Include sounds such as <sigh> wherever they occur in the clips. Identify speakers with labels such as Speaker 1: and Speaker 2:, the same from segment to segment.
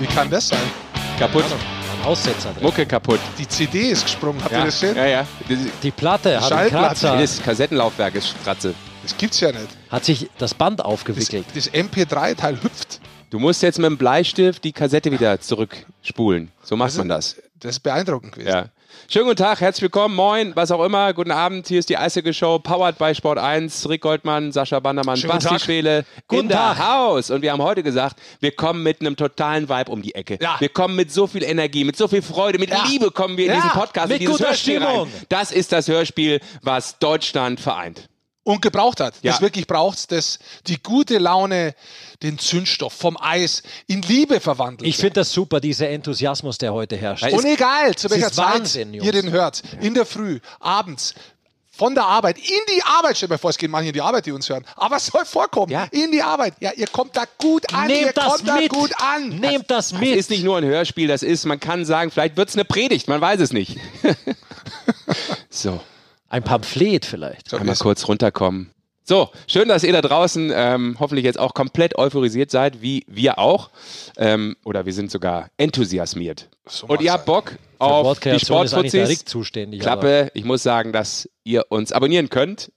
Speaker 1: Wie kann das sein?
Speaker 2: Kaputt.
Speaker 1: Keine Ahnung.
Speaker 2: Ein Aussetzer drin.
Speaker 3: Mucke kaputt.
Speaker 1: Die CD ist gesprungen, habt
Speaker 3: Ja,
Speaker 1: ihr das gesehen?
Speaker 3: ja, ja. Das,
Speaker 2: Die Platte hat einen
Speaker 1: Schallplatte.
Speaker 2: Kratzer.
Speaker 3: das Kassettenlaufwerk ist Stratze.
Speaker 1: Das gibt's ja nicht.
Speaker 2: Hat sich das Band
Speaker 1: Das,
Speaker 2: aufgewickelt.
Speaker 1: das MP3-Teil hüpft.
Speaker 3: Du musst jetzt mit dem Bleistift die Kassette wieder zurückspulen. So macht
Speaker 1: Also-
Speaker 3: man das.
Speaker 1: Das ist beeindruckend gewesen.
Speaker 3: Ja. Schönen guten Tag, herzlich willkommen, moin, was auch immer. Guten Abend, hier ist die Eisige Show, powered by Sport 1. Rick Goldmann, Sascha Bandermann,
Speaker 1: Schönen
Speaker 3: Basti
Speaker 1: Tag.
Speaker 3: Schwele
Speaker 2: Guten
Speaker 3: in der
Speaker 2: Tag.
Speaker 3: Haus. Und wir haben heute gesagt, wir kommen mit einem totalen Vibe um die Ecke.
Speaker 1: Ja.
Speaker 3: Wir kommen mit so viel Energie, mit so viel Freude, mit
Speaker 1: Ja.
Speaker 3: Liebe kommen wir in
Speaker 2: Ja,
Speaker 3: diesen Podcast,
Speaker 2: mit
Speaker 3: in dieses
Speaker 2: guter
Speaker 3: Hörspiel
Speaker 2: Stimmung.
Speaker 3: rein. Das ist das Hörspiel, was Deutschland vereint.
Speaker 1: Und gebraucht hat.
Speaker 3: Ja.
Speaker 1: Das wirklich braucht das, die gute Laune, den Zündstoff vom Eis in Liebe verwandelt.
Speaker 2: Ich finde das super, dieser Enthusiasmus, der heute herrscht.
Speaker 3: Weil
Speaker 1: Und egal, zu welcher
Speaker 2: ist
Speaker 1: Zeit
Speaker 2: Wahnsinn, Jungs.
Speaker 1: ihr den hört. In der Früh, abends, von der Arbeit, in die Arbeit. Stellt mir vor, es gehen manche in die Arbeit, die uns hören. Aber es soll vorkommen.
Speaker 3: Ja.
Speaker 1: In die Arbeit. Ja, ihr kommt da gut an. ihr
Speaker 2: Nehmt das
Speaker 1: kommt da
Speaker 2: mit.
Speaker 1: gut an.
Speaker 2: Nehmt das mit.
Speaker 3: Ist nicht nur ein Hörspiel, das ist, man kann sagen, vielleicht wird es eine Predigt, man weiß
Speaker 1: <laughs>
Speaker 3: es nicht. so.
Speaker 2: Ein Pamphlet vielleicht.
Speaker 1: So
Speaker 3: Einmal
Speaker 1: ist-
Speaker 3: kurz runterkommen. So, schön, dass ihr da draußen ähm, hoffentlich jetzt auch komplett euphorisiert seid, wie wir auch. Ähm, oder wir sind sogar enthusiasmiert.
Speaker 1: So halt.
Speaker 3: Und ihr
Speaker 1: mag's
Speaker 3: habt
Speaker 1: sein.
Speaker 3: Bock
Speaker 2: Für
Speaker 3: auf die
Speaker 2: Wortkreation ist eigentlich der
Speaker 3: Sportfuzis.
Speaker 2: Rick zuständig. aber-
Speaker 3: Klappe, ich muss sagen, dass ihr uns abonnieren könnt.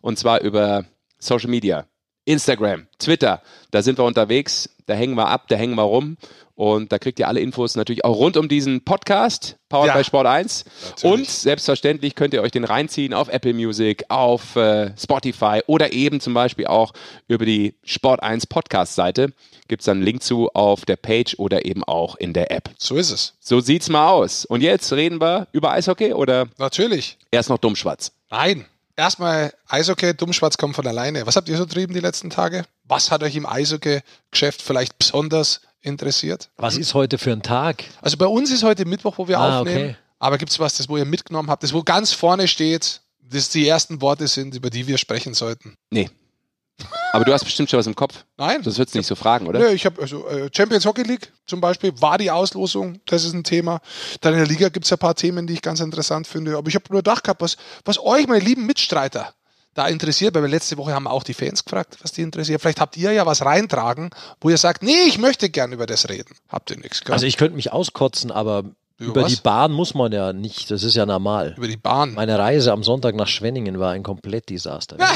Speaker 3: Und zwar über Social Media, Instagram, Twitter. Da sind wir unterwegs, da hängen wir ab, da hängen wir rum. Und da kriegt ihr alle Infos natürlich auch rund um diesen Podcast, Powered
Speaker 1: Ja.
Speaker 3: by Sport 1.
Speaker 1: Natürlich.
Speaker 3: Und selbstverständlich könnt ihr euch den reinziehen auf Apple Music, auf äh, Spotify oder eben zum Beispiel auch über die Sport 1 Podcast-Seite. Gibt es dann einen Link zu auf der Page oder eben auch in der App.
Speaker 1: So ist es.
Speaker 3: So sieht's mal aus. Und jetzt reden wir über Eishockey oder
Speaker 1: Natürlich.
Speaker 3: er ist noch dummschwarz.
Speaker 1: Nein. Erstmal Eishockey, Dummschwarz kommt von alleine. Was habt ihr so trieben die letzten Tage? Was hat euch im Eishockey-Geschäft vielleicht besonders interessiert?
Speaker 2: Was ist heute für ein Tag?
Speaker 1: Also bei uns ist heute Mittwoch, wo wir
Speaker 2: Ah,
Speaker 1: aufnehmen.
Speaker 2: okay.
Speaker 1: Aber gibt es was, das wo ihr mitgenommen habt, das wo ganz vorne steht, das die ersten Worte sind, über die wir sprechen sollten?
Speaker 3: Nee. Aber du hast bestimmt schon was im Kopf.
Speaker 1: Nein.
Speaker 3: Das würdest du nicht so fragen, oder? <laughs>
Speaker 1: Nö, ich habe also äh, Champions Hockey League zum Beispiel war die Auslosung, das ist ein Thema. Dann in der Liga gibt es ein paar Themen, die ich ganz interessant finde. Aber ich habe nur gedacht gehabt, was, was euch, meine lieben Mitstreiter, da interessiert, weil wir letzte Woche haben auch die Fans gefragt, was die interessiert. Vielleicht habt ihr ja was reintragen, wo ihr sagt, nee, ich möchte gern über das reden. Habt ihr nichts gehört?
Speaker 2: Also ich könnte mich auskotzen, aber über
Speaker 1: was?
Speaker 2: die Bahn muss man ja nicht. Das ist ja normal.
Speaker 1: über die Bahn.
Speaker 2: Meine Reise am Sonntag nach Schwenningen war ein komplett Desaster.
Speaker 3: Er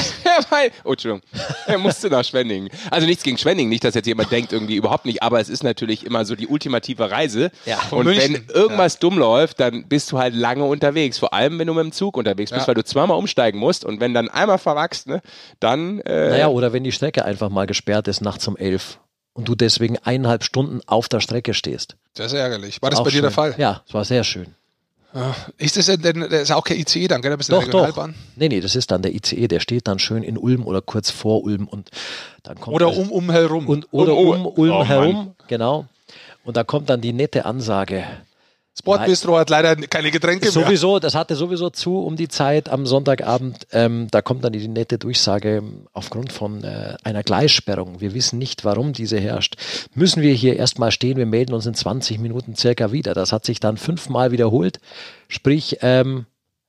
Speaker 3: war- oh, Entschuldigung. Er musste nach Schwenningen. Also nichts gegen Schwenningen, nicht, dass jetzt jemand denkt, irgendwie überhaupt nicht, aber es ist natürlich immer so die ultimative Reise.
Speaker 2: Ja.
Speaker 3: Und
Speaker 1: München.
Speaker 3: wenn irgendwas dumm läuft, dann bist du halt lange unterwegs. Vor allem, wenn du mit dem Zug unterwegs bist,
Speaker 1: Ja.
Speaker 3: weil du zweimal umsteigen musst und wenn dann einmal verwachst, ne, dann äh,
Speaker 2: Naja, oder wenn die Strecke einfach mal gesperrt ist nachts um elf und du deswegen eineinhalb Stunden auf der Strecke stehst.
Speaker 1: Das ist ärgerlich. War das
Speaker 2: Auch
Speaker 1: bei dir
Speaker 2: schön.
Speaker 1: der Fall?
Speaker 2: Ja, es war sehr schön.
Speaker 1: Ist das denn, das ist auch kein ICE dann, gell? Da bist du
Speaker 2: Doch,
Speaker 1: in der
Speaker 2: doch.
Speaker 1: Regionalbahn.
Speaker 2: Nee, nee, das ist dann der ICE, der steht dann schön in Ulm oder kurz vor Ulm und dann kommt
Speaker 1: Oder
Speaker 2: also-
Speaker 1: um, um herum.
Speaker 2: und, oder
Speaker 3: um-
Speaker 2: um, Ulm
Speaker 3: oh Mann.
Speaker 2: herum, genau. Und da kommt dann die nette Ansage.
Speaker 1: Sportbistro hat leider keine Getränke mehr.
Speaker 2: Sowieso, das hatte sowieso zu um die Zeit am Sonntagabend. Ähm, da kommt dann die nette Durchsage ähm, aufgrund von äh, einer Gleissperrung. Wir wissen nicht, warum diese herrscht. Müssen wir hier erstmal stehen. Wir melden uns in 20 Minuten circa wieder. Das hat sich dann fünfmal wiederholt. Sprich, ähm,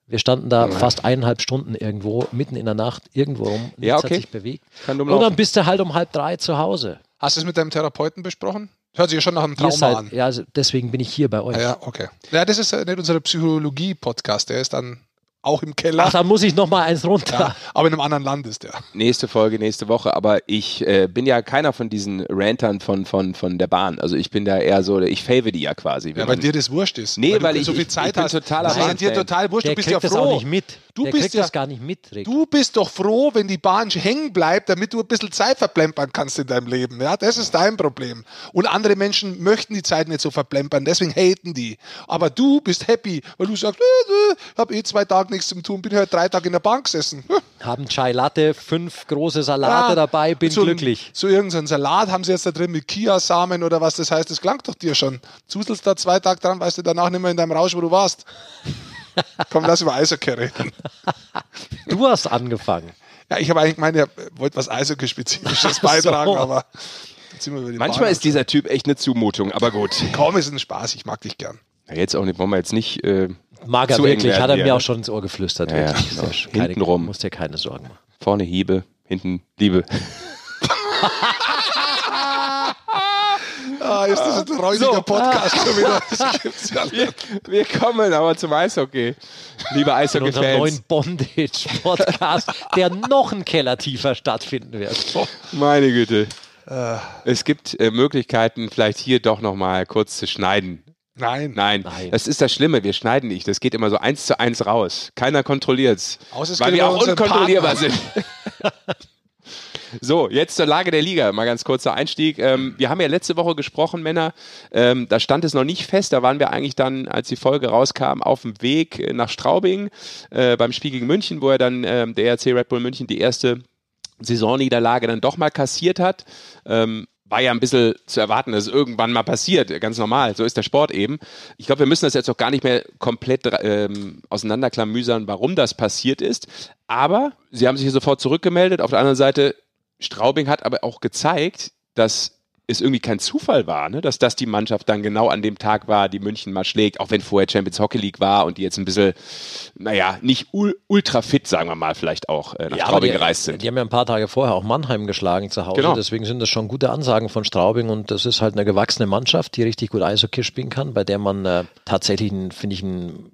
Speaker 2: wir standen da fast eineinhalb Stunden irgendwo, mitten in der Nacht, irgendwo rum. Nichts
Speaker 3: Ja, okay.
Speaker 2: hat sich bewegt.
Speaker 3: kann dumm
Speaker 2: Und dann
Speaker 3: laufen.
Speaker 2: bist du halt um halb drei zu Hause.
Speaker 1: Hast du es mit deinem Therapeuten besprochen? Hört sich ja schon nach einem
Speaker 2: Ihr
Speaker 1: Trauma
Speaker 2: seid,
Speaker 1: an.
Speaker 2: ja, also deswegen bin ich hier bei euch.
Speaker 1: Ja, okay. Ja, das ist äh, nicht unser Psychologie-Podcast. Der ist dann auch im
Speaker 2: Ach,
Speaker 1: Keller.
Speaker 2: da muss ich noch mal eins runter.
Speaker 1: ja, aber in einem anderen Land ist der.
Speaker 3: Nächste Folge, nächste Woche, aber ich äh, bin ja keiner von diesen Rantern von, von, von der Bahn. Also ich bin da eher so, ich favor die ja quasi. wenn
Speaker 1: Ja, weil
Speaker 3: man-
Speaker 1: dir das wurscht ist.
Speaker 3: Nee,
Speaker 1: du
Speaker 3: weil ich-
Speaker 1: so viel
Speaker 3: ich-
Speaker 1: Zeit
Speaker 3: ich bin
Speaker 1: hast.
Speaker 3: totaler
Speaker 1: das ist ja
Speaker 3: Bahn-Fan.
Speaker 1: dir total wurscht.
Speaker 2: Der
Speaker 1: du bist
Speaker 2: kriegt
Speaker 1: ja
Speaker 2: das auch
Speaker 1: froh.
Speaker 2: nicht mit.
Speaker 1: Du
Speaker 2: der
Speaker 1: bist
Speaker 2: kriegt
Speaker 1: ja-
Speaker 2: das gar nicht mit, Rick.
Speaker 1: Du bist doch froh, wenn die Bahn hängen bleibt, damit du ein bisschen Zeit verplempern kannst in deinem Leben. Ja, das ist dein Problem. Und andere Menschen möchten die Zeit nicht so verplempern, deswegen haten die. Aber du bist happy, weil du sagst, äh, äh, hab eh zwei Tage nichts zu tun, bin heute drei Tage in der Bank gesessen. <laughs> Ah.
Speaker 2: Haben Chai Latte, fünf große Salate
Speaker 1: Ja,
Speaker 2: dabei, bin
Speaker 1: Ah, so,
Speaker 2: glücklich.
Speaker 1: So irgendeinen Salat haben sie jetzt da drin mit Kia-Samen oder was das heißt. Das klang doch dir schon. Zuselst da zwei Tage dran, weißt du danach nicht mehr in deinem Rausch, wo du
Speaker 2: <laughs>
Speaker 1: warst. Komm, lass über Eishockey reden.
Speaker 2: Du hast angefangen.
Speaker 1: Ja, ich habe eigentlich gemeint, ihr wollt was
Speaker 3: <laughs>
Speaker 1: Eishockey-spezifisches beitragen, aber jetzt sind wir über die
Speaker 3: Manchmal
Speaker 1: Bahn.
Speaker 3: ist dieser Typ echt eine Zumutung, aber gut.
Speaker 1: Kaum ist ein Spaß, ich mag dich gern.
Speaker 3: <laughs> Ja, jetzt auch nicht, wollen wir jetzt nicht. Äh,
Speaker 2: Mag er
Speaker 3: Zu eng
Speaker 2: wirklich,
Speaker 3: werden
Speaker 2: hat er
Speaker 3: wir,
Speaker 2: mir
Speaker 3: ne?
Speaker 2: auch schon ins Ohr geflüstert.
Speaker 3: Ja, ja,
Speaker 2: wirklich.
Speaker 3: genau.
Speaker 2: Sehr schön. Keine-
Speaker 3: Hintenrum.
Speaker 2: Musst dir keine Sorgen machen.
Speaker 3: <laughs> vorne Hiebe, hinten Liebe.
Speaker 1: Ah, ist das ein räudiger
Speaker 3: So. Ah.
Speaker 1: Podcast schon wieder? Das gibt's ja nicht.
Speaker 3: Wir, wir kommen aber zum Eishockey. Liebe
Speaker 2: in unserem neuen
Speaker 3: Eishockey-Fans.
Speaker 2: Bondage-Podcast, der noch einen Keller tiefer stattfinden wird.
Speaker 1: <laughs>
Speaker 3: Meine Güte. Es gibt äh, Möglichkeiten, vielleicht hier doch nochmal kurz zu schneiden.
Speaker 1: Nein.
Speaker 3: Nein,
Speaker 2: Nein.
Speaker 3: das ist das Schlimme. Wir schneiden nicht. Das geht immer so eins zu eins raus. Keiner kontrolliert's.
Speaker 1: Außer es
Speaker 3: weil
Speaker 1: geht
Speaker 3: wir
Speaker 1: über
Speaker 3: auch
Speaker 1: unseren
Speaker 3: unkontrollierbar
Speaker 1: Partner.
Speaker 3: sind. <laughs> So, jetzt zur Lage der Liga. Mal ganz kurzer Einstieg. Ähm, wir haben ja letzte Woche gesprochen, Männer. Ähm, da stand es noch nicht fest. Da waren wir eigentlich dann, als die Folge rauskam, auf dem Weg äh, nach Straubing äh, beim Spiel gegen München, wo er dann ähm, der RC Red Bull München die erste Saisonniederlage dann doch mal kassiert hat. Ähm, war ja ein bisschen zu erwarten, dass es irgendwann mal passiert. Ganz normal. So ist der Sport eben. Ich glaube, wir müssen das jetzt auch gar nicht mehr komplett ähm, auseinanderklamüsern, warum das passiert ist. Aber sie haben sich hier sofort zurückgemeldet. Auf der anderen Seite, Straubing hat aber auch gezeigt, dass es irgendwie kein Zufall war, ne? dass das die Mannschaft dann genau an dem Tag war, die München mal schlägt, auch wenn vorher Champions Hockey League war und die jetzt ein bisschen, naja, nicht ul ultra fit, sagen wir mal, vielleicht auch äh, nach
Speaker 2: aber
Speaker 3: Straubing
Speaker 2: die,
Speaker 3: gereist sind.
Speaker 2: Die haben ja ein paar Tage vorher auch Mannheim geschlagen zu Hause.
Speaker 3: Genau.
Speaker 2: Deswegen sind das schon gute Ansagen von Straubing und das ist halt eine gewachsene Mannschaft, die richtig gut Eishockey spielen kann, bei der man äh, tatsächlich, ein, finde ich, ein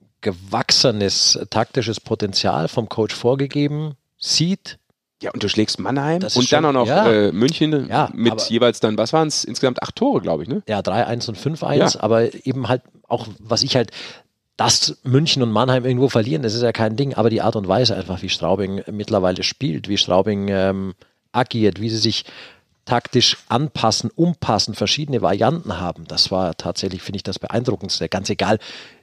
Speaker 2: gewachsenes äh, taktisches Potenzial vom Coach vorgegeben sieht.
Speaker 3: Ja, und du schlägst Mannheim
Speaker 2: Das ist
Speaker 3: und dann auch noch
Speaker 2: schon- ja.
Speaker 3: äh, München
Speaker 2: Ja,
Speaker 3: mit
Speaker 2: aber-
Speaker 3: jeweils dann, was waren es? Insgesamt acht Tore, glaube ich, ne?
Speaker 2: Ja, 3-1 und 5-1,
Speaker 3: Ja.
Speaker 2: aber eben halt auch, was ich halt, dass München und Mannheim irgendwo verlieren, das ist ja kein Ding, aber die Art und Weise einfach, wie Straubing mittlerweile spielt, wie Straubing ähm, agiert, wie sie sich taktisch anpassen, umpassen, verschiedene Varianten haben, das war tatsächlich, finde ich, das Beeindruckendste. Ganz egal,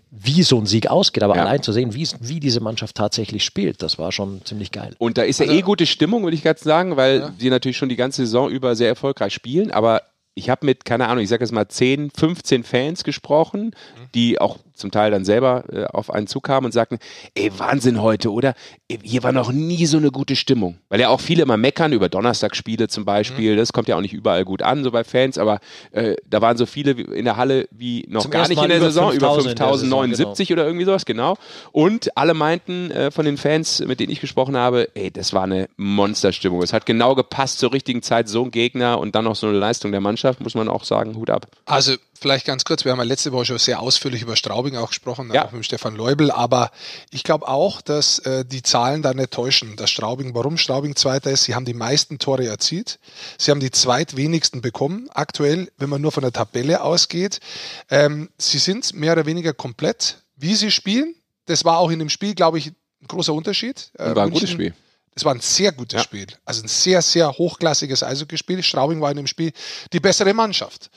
Speaker 2: wie so ein Sieg ausgeht, aber
Speaker 3: Ja.
Speaker 2: allein zu sehen, wie, es- wie diese Mannschaft tatsächlich spielt, das war schon ziemlich geil.
Speaker 3: Und da ist
Speaker 2: Also
Speaker 3: ja eh gute Stimmung, würde ich ganz sagen, weil die natürlich schon die ganze Saison über sehr erfolgreich spielen. Aber ich habe mit, keine Ahnung, ich sage jetzt mal 10, 15 Fans
Speaker 2: Mhm.
Speaker 3: gesprochen, die auch zum Teil dann selber äh, auf einen zukamen und sagten, ey, Wahnsinn heute, oder? Ey, Hier war noch nie so eine gute Stimmung. Weil ja auch viele immer meckern über Donnerstagsspiele zum Beispiel.
Speaker 2: Mhm.
Speaker 3: Das kommt ja auch nicht überall gut an, so bei Fans. Aber äh, da waren so viele wie- in der Halle wie noch
Speaker 2: Zum
Speaker 3: gar
Speaker 2: ersten
Speaker 3: nicht in
Speaker 2: Mal
Speaker 3: der
Speaker 2: über
Speaker 3: Saison, über
Speaker 2: 5000 in der Saison,
Speaker 3: 5079 50 oder irgendwie sowas, genau. Und alle meinten äh, von den Fans, mit denen ich gesprochen habe, ey, das war eine Monsterstimmung. Es hat genau gepasst zur richtigen Zeit, so ein Gegner und dann noch so eine Leistung der Mannschaft, muss man auch sagen, Hut ab.
Speaker 1: Also vielleicht ganz kurz, wir haben ja letzte Woche schon sehr ausführlich über Straubing auch gesprochen,
Speaker 3: Ja.
Speaker 1: auch mit dem Stefan Leubel, aber ich glaube auch, dass äh, die Zahlen da nicht täuschen, dass Straubing, warum Straubing Zweiter ist, sie haben die meisten Tore erzielt, sie haben die zweitwenigsten bekommen, aktuell, wenn man nur von der Tabelle ausgeht. Ähm, sie sind mehr oder weniger komplett, wie sie spielen, das war auch in dem Spiel, glaube ich, ein großer Unterschied. Äh,
Speaker 3: War ein
Speaker 1: München-
Speaker 3: gutes Spiel.
Speaker 1: es war ein sehr gutes
Speaker 3: Ja.
Speaker 1: Spiel. Also ein sehr, sehr hochklassiges Eishockeyspiel. Straubing war in dem Spiel die bessere Mannschaft.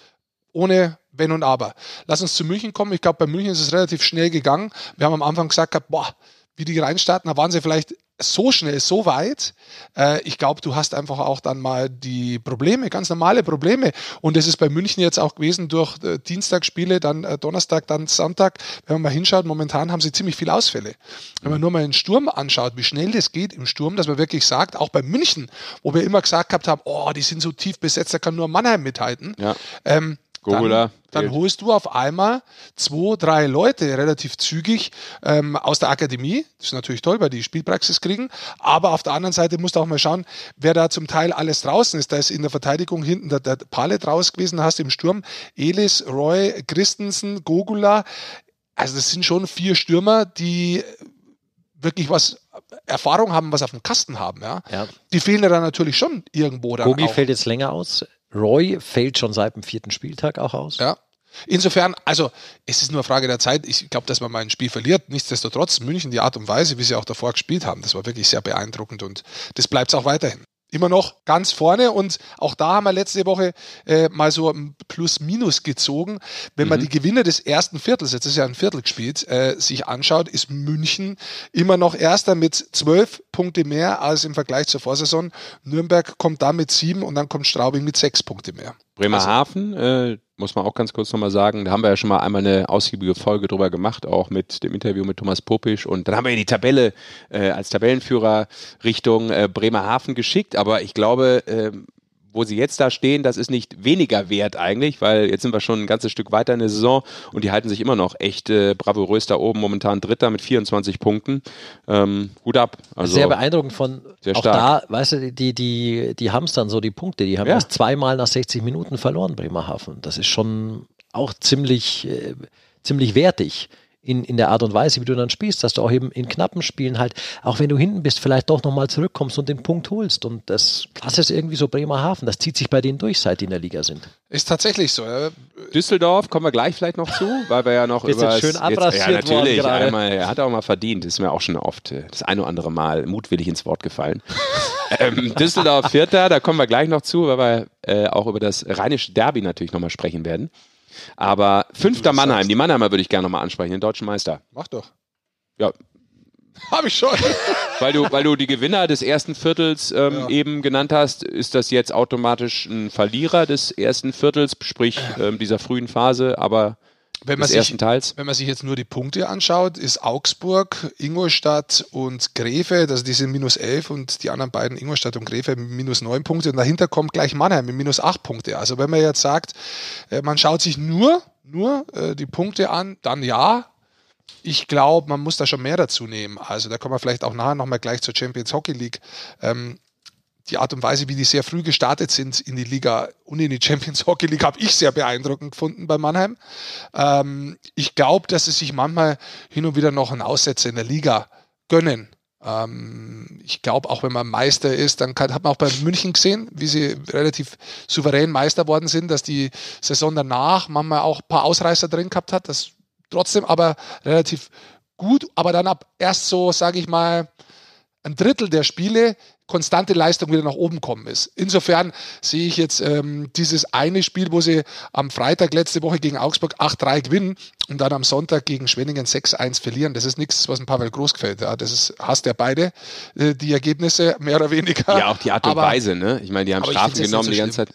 Speaker 1: Ohne Wenn und Aber. Lass uns zu München kommen. Ich glaube, bei München ist es relativ schnell gegangen. Wir haben am Anfang gesagt, gehabt, boah, wie die reinstarten, da waren sie vielleicht so schnell, so weit. Äh, ich glaube, du hast einfach auch dann mal die Probleme, ganz normale Probleme. Und das ist bei München jetzt auch gewesen durch äh, Dienstagsspiele, dann äh, Donnerstag, dann Sonntag. Wenn man mal hinschaut, momentan haben sie ziemlich viele Ausfälle. Wenn man nur mal den Sturm anschaut, wie schnell das geht im Sturm, dass man wirklich sagt, auch bei München, wo wir immer gesagt gehabt haben, oh, die sind so tief besetzt, da kann nur Mannheim mithalten.
Speaker 3: Ja.
Speaker 1: Ähm,
Speaker 3: Gogula
Speaker 1: dann, dann
Speaker 3: fehlt.
Speaker 1: holst du auf einmal zwei, drei Leute relativ zügig ähm, aus der Akademie. Das ist natürlich toll, weil die Spielpraxis kriegen. Aber auf der anderen Seite musst du auch mal schauen, wer da zum Teil alles draußen ist. Da ist in der Verteidigung hinten der, der Palet raus gewesen, da hast du im Sturm Elis, Roy, Christensen, Gogula. Also das sind schon vier Stürmer, die wirklich was Erfahrung haben, was auf dem Kasten haben. Ja?
Speaker 2: Ja.
Speaker 1: Die fehlen ja dann natürlich schon irgendwo. Dann
Speaker 2: Gogi
Speaker 1: auch.
Speaker 2: fällt jetzt länger aus, Roy fällt schon seit dem vierten Spieltag auch aus.
Speaker 1: Ja. Insofern, also es ist nur eine Frage der Zeit. Ich glaube, dass man mal ein Spiel verliert. Nichtsdestotrotz, München, die Art und Weise, wie sie auch davor gespielt haben, das war wirklich sehr beeindruckend und das bleibt auch weiterhin. Immer noch ganz vorne und auch da haben wir letzte Woche äh, mal so ein Plus-Minus gezogen. Wenn man die Gewinner des ersten Viertels, jetzt ist ja ein Viertel gespielt, äh, sich anschaut, ist München immer noch Erster mit zwölf Punkte mehr als im Vergleich zur Vorsaison. Nürnberg kommt da mit sieben und dann kommt Straubing mit sechs Punkte mehr.
Speaker 3: Bremerhaven, äh, muss man auch ganz kurz nochmal sagen, da haben wir ja schon mal einmal eine ausgiebige Folge drüber gemacht, auch mit dem Interview mit Thomas Popisch. Und dann haben wir die Tabelle äh, als Tabellenführer Richtung äh, Bremerhaven geschickt. Aber ich glaube, ähm, wo sie jetzt da stehen, das ist nicht weniger wert eigentlich, weil jetzt sind wir schon ein ganzes Stück weiter in der Saison und die halten sich immer noch echt äh, bravourös da oben, momentan Dritter mit 24 Punkten. Ähm, Hut ab. Also,
Speaker 2: sehr beeindruckend von
Speaker 3: Sehr
Speaker 2: auch da,
Speaker 3: stark.
Speaker 2: weißt du, die, die, die hamstern so die Punkte, die haben
Speaker 3: Ja.
Speaker 2: erst zweimal nach 60 Minuten verloren, Bremerhaven. Das ist schon auch ziemlich, äh, ziemlich wertig. In, in der Art und Weise, wie du dann spielst, dass du auch eben in knappen Spielen halt, auch wenn du hinten bist, vielleicht doch nochmal zurückkommst und den Punkt holst. Und das, das ist irgendwie so Bremerhaven. Das zieht sich bei denen durch, seit die in der Liga sind.
Speaker 1: Ist tatsächlich so. ja.
Speaker 3: Düsseldorf kommen wir gleich vielleicht noch zu, weil wir ja noch
Speaker 2: Bist
Speaker 3: über
Speaker 2: jetzt schön abrasiert
Speaker 3: ja, natürlich,
Speaker 2: worden gerade.
Speaker 3: einmal, er hat auch mal verdient, ist mir auch schon oft äh, das ein oder andere Mal mutwillig ins Wort
Speaker 2: <laughs>
Speaker 3: gefallen. ähm, Düsseldorf Vierter, da kommen wir gleich noch zu, weil wir äh, auch über das rheinische Derby natürlich nochmal sprechen werden. Aber fünfter
Speaker 1: das
Speaker 3: Mannheim,
Speaker 1: sagst.
Speaker 3: die Mannheimer würde ich gerne nochmal ansprechen, den deutschen Meister.
Speaker 1: Mach doch.
Speaker 3: Ja.
Speaker 1: Hab ich schon.
Speaker 3: Weil du, weil du die Gewinner des ersten Viertels ähm,
Speaker 1: Ja.
Speaker 3: eben genannt hast, ist das jetzt automatisch ein Verlierer des ersten Viertels,
Speaker 1: <clears throat>
Speaker 3: sprich ähm, dieser frühen Phase, aber
Speaker 1: Wenn man
Speaker 3: des
Speaker 1: sich
Speaker 3: ersten Teils.
Speaker 1: Wenn man sich jetzt nur die Punkte anschaut, ist Augsburg, Ingolstadt und Greve, also die sind minus 11 und die anderen beiden, Ingolstadt und Greve, minus 9 Punkte. Und dahinter kommt gleich Mannheim mit minus 8 Punkte. Also wenn man jetzt sagt, äh, man schaut sich nur, nur äh, die Punkte an, dann ja. Ich glaube, man muss da schon mehr dazu nehmen. Also da kommen wir vielleicht auch nachher nochmal gleich zur Champions Hockey League. Ähm, die Art und Weise, wie die sehr früh gestartet sind in die Liga und in die Champions Hockey League, habe ich sehr beeindruckend gefunden bei Mannheim. Ähm, ich glaube, dass sie sich manchmal hin und wieder noch einen Aussetzer in der Liga gönnen. Ähm, ich glaube, auch wenn man Meister ist, dann kann, hat man auch bei München gesehen, wie sie relativ souverän Meister worden sind, dass die Saison danach manchmal auch ein paar Ausreißer drin gehabt hat, das trotzdem aber relativ gut, aber dann ab erst so, sage ich mal, ein Drittel der Spiele konstante Leistung wieder nach oben kommen ist. Insofern sehe ich jetzt ähm, dieses eine Spiel, wo sie am Freitag letzte Woche gegen Augsburg 8-3 gewinnen und dann am Sonntag gegen Schwenningen 6-1 verlieren. Das ist nichts, was ein Pavel Groß gefällt. Ja, das ist, hasst er beide, äh, die Ergebnisse, mehr oder weniger.
Speaker 3: Ja, auch die Art und
Speaker 1: Aber-
Speaker 3: Weise, ne? Ich meine, die haben
Speaker 1: aber ich
Speaker 3: Strafen
Speaker 1: find's jetzt nicht
Speaker 3: genommen
Speaker 1: so
Speaker 3: die ganze Zeit.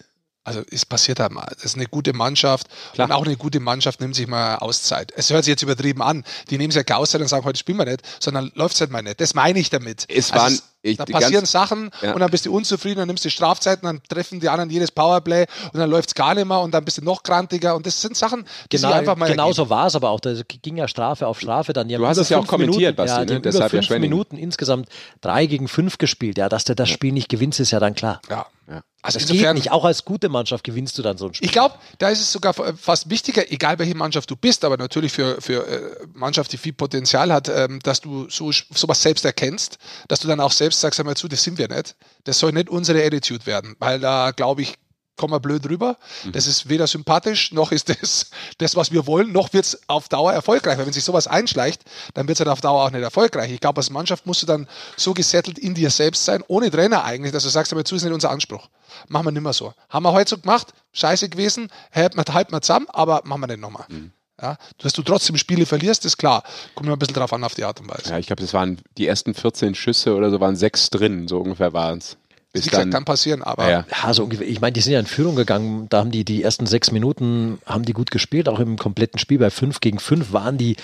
Speaker 1: Also es passiert halt mal. Das ist eine gute Mannschaft.
Speaker 3: Klar.
Speaker 1: Und auch eine gute Mannschaft nimmt sich mal Auszeit. Es hört sich jetzt übertrieben an. Die nehmen sich ja keine Auszeit und sagen, heute spielen wir nicht, sondern läuft es halt mal nicht. Das meine ich damit. Also,
Speaker 3: Es waren-
Speaker 1: es,
Speaker 3: ich-
Speaker 1: da
Speaker 3: die
Speaker 1: passieren
Speaker 3: ganz-
Speaker 1: Sachen
Speaker 3: Ja.
Speaker 1: und dann bist du unzufrieden, dann nimmst du Strafzeiten, dann treffen die anderen jedes Powerplay und dann läuft es gar nicht mehr und dann bist du noch grantiger. Und das sind Sachen, die sich einfach mal
Speaker 2: genau
Speaker 1: ergeben.
Speaker 2: so war es aber auch. Da ging ja Strafe auf Strafe dann. Die haben
Speaker 3: hast
Speaker 2: über
Speaker 3: es ja auch
Speaker 2: fünf
Speaker 3: kommentiert,
Speaker 2: Minuten,
Speaker 3: Basti,
Speaker 2: ja,
Speaker 3: ne?
Speaker 2: die haben über
Speaker 3: Deshalb ja
Speaker 2: fünf
Speaker 3: Schwenningen.
Speaker 2: Minuten insgesamt drei gegen fünf gespielt. Ja, dass du das Spiel nicht gewinnst, ist ja dann klar.
Speaker 1: Ja.
Speaker 3: Ja.
Speaker 1: Also
Speaker 2: Das geht
Speaker 1: insofern,
Speaker 2: nicht. Auch als gute Mannschaft gewinnst du dann so ein Spiel.
Speaker 1: Ich glaube, da ist es sogar fa- fast wichtiger, egal welche Mannschaft du bist, aber natürlich für, für äh, Mannschaft, die viel Potenzial hat, ähm, dass du so, sch- sowas selbst erkennst, dass du dann auch selbst sagst, sag mal zu, das sind wir nicht. Das soll nicht unsere Attitude werden, weil da, glaube ich, kommen wir blöd rüber. Das ist weder sympathisch, noch ist das <laughs> das, was wir wollen, noch wird es auf Dauer erfolgreich. Weil wenn sich sowas einschleicht, dann wird es dann auf Dauer auch nicht erfolgreich. Ich glaube, als Mannschaft musst du dann so gesettelt in dir selbst sein, ohne Trainer eigentlich, dass du sagst, aber zu ist nicht unser Anspruch. Machen wir nicht mehr so. Haben wir heute so gemacht, scheiße gewesen, halten wir halten wir zusammen, aber machen wir nicht nochmal.
Speaker 3: Mhm.
Speaker 1: Ja, dass du trotzdem Spiele verlierst, ist klar. Kommt immer ein bisschen drauf an, auf die Art und Weise.
Speaker 3: Ja, ich glaube, das waren die ersten 14 Schüsse oder so, waren sechs drin, so ungefähr waren es. Bis
Speaker 1: Wie gesagt,
Speaker 3: dann.
Speaker 1: kann passieren, aber
Speaker 3: ja, ja.
Speaker 2: Ja, so ungefähr. Ich meine, die sind ja in Führung gegangen. Da haben die die ersten sechs Minuten haben die gut gespielt, auch im kompletten Spiel. Bei fünf gegen fünf waren die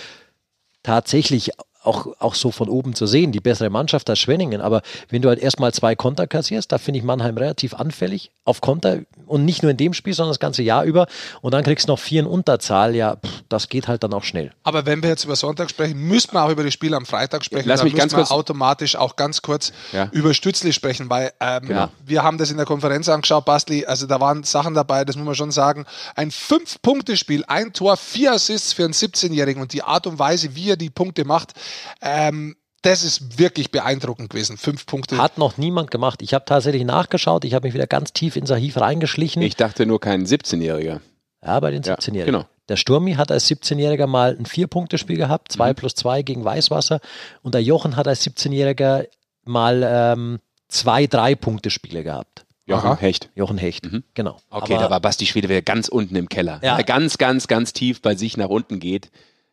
Speaker 2: tatsächlich auch, auch so von oben zu sehen, die bessere Mannschaft als Schwenningen. Aber wenn du halt erstmal zwei Konter kassierst, da finde ich Mannheim relativ anfällig auf Konter und nicht nur in dem Spiel, sondern das ganze Jahr über. Und dann kriegst du noch vier in Unterzahl. Ja, pff, das geht halt dann auch schnell.
Speaker 1: Aber wenn wir jetzt über Sonntag sprechen, müssen wir auch über das Spiel am Freitag sprechen.
Speaker 3: Lass
Speaker 1: Dann
Speaker 3: mich
Speaker 1: müssen
Speaker 3: ganz
Speaker 1: wir
Speaker 3: kurz-
Speaker 1: automatisch auch ganz kurz
Speaker 3: Ja.
Speaker 1: über Stützli sprechen, weil ähm,
Speaker 3: Genau.
Speaker 1: wir haben das in der Konferenz angeschaut, Bastli. Also da waren Sachen dabei, das muss man schon sagen. Ein Fünf-Punkte-Spiel, ein Tor, vier Assists für einen 17-Jährigen und die Art und Weise, wie er die Punkte macht, ähm, das ist wirklich beeindruckend gewesen. Fünf
Speaker 3: Hm.
Speaker 1: Punkte.
Speaker 2: Hat noch niemand gemacht. Ich habe tatsächlich nachgeschaut. Ich habe mich wieder ganz tief ins Archiv reingeschlichen.
Speaker 3: Ich dachte nur kein 17-Jähriger.
Speaker 2: Ja, bei den
Speaker 3: Ja,
Speaker 2: 17-Jährigen.
Speaker 3: genau.
Speaker 2: Der Sturmi hat als 17-Jähriger mal ein Vier-Punkte-Spiel gehabt, 2
Speaker 3: Mhm.
Speaker 2: plus 2 gegen Weißwasser. Und der Jochen hat als 17-Jähriger mal ähm, zwei Drei-Punkte-Spiele gehabt.
Speaker 3: Jochen
Speaker 1: Aha.
Speaker 3: Hecht.
Speaker 2: Jochen Hecht, genau.
Speaker 3: Mhm. Okay,
Speaker 2: Aber
Speaker 3: da war Basti Schwede wieder ganz unten im Keller.
Speaker 2: Ja.
Speaker 3: Ja. Ganz, ganz, ganz tief bei sich nach unten geht.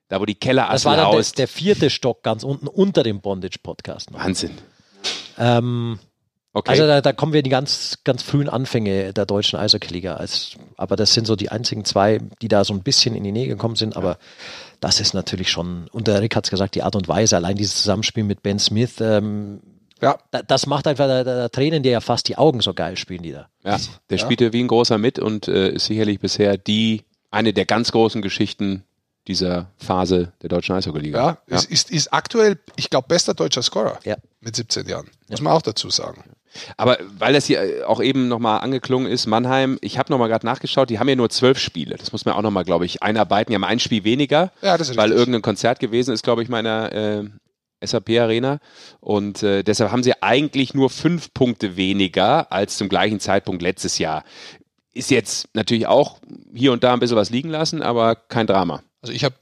Speaker 3: Da, wo die
Speaker 2: das
Speaker 3: Kellerassel
Speaker 2: war dann der,
Speaker 3: haust.
Speaker 2: der vierte Stock ganz unten unter dem
Speaker 3: <laughs>
Speaker 2: Bondage-Podcast. noch.
Speaker 3: Wahnsinn.
Speaker 2: Ähm,
Speaker 3: Okay.
Speaker 2: also da, da kommen wir in die ganz, ganz frühen Anfänge der deutschen Eishockey-Liga. als- Aber das sind so die einzigen zwei, die da so ein bisschen in die Nähe gekommen sind. Aber das ist natürlich schon, und der Rick hat es gesagt, die Art und Weise, allein dieses Zusammenspiel mit Ben Smith, ähm,
Speaker 1: Ja.
Speaker 2: Da, das macht einfach, da, da, da tränen dir ja fast die Augen, so geil spielen die da.
Speaker 3: Ja,
Speaker 1: Ja.
Speaker 3: der spielte wie ein großer mit und äh, ist sicherlich bisher die, eine der ganz großen Geschichten dieser Phase der deutschen Eishockeyliga.
Speaker 1: Ja, Ist, ist, ist aktuell, ich glaube, bester deutscher Scorer
Speaker 2: Ja.
Speaker 1: mit 17 Jahren. Muss man auch dazu sagen.
Speaker 3: Aber weil das hier äh, auch eben nochmal angeklungen ist, Mannheim, ich habe nochmal gerade nachgeschaut, die haben ja nur zwölf Spiele. Das muss man auch nochmal, glaube ich, einarbeiten. Die haben ein Spiel weniger,
Speaker 1: Ja, das ist
Speaker 3: weil
Speaker 1: richtig.
Speaker 3: irgendein Konzert gewesen ist, glaube ich, meiner äh, SAP-Arena. Und äh, deshalb haben sie eigentlich nur fünf Punkte weniger als zum gleichen Zeitpunkt letztes Jahr. Ist jetzt natürlich auch hier und da ein bisschen was liegen lassen, aber kein Drama.
Speaker 1: Also ich habe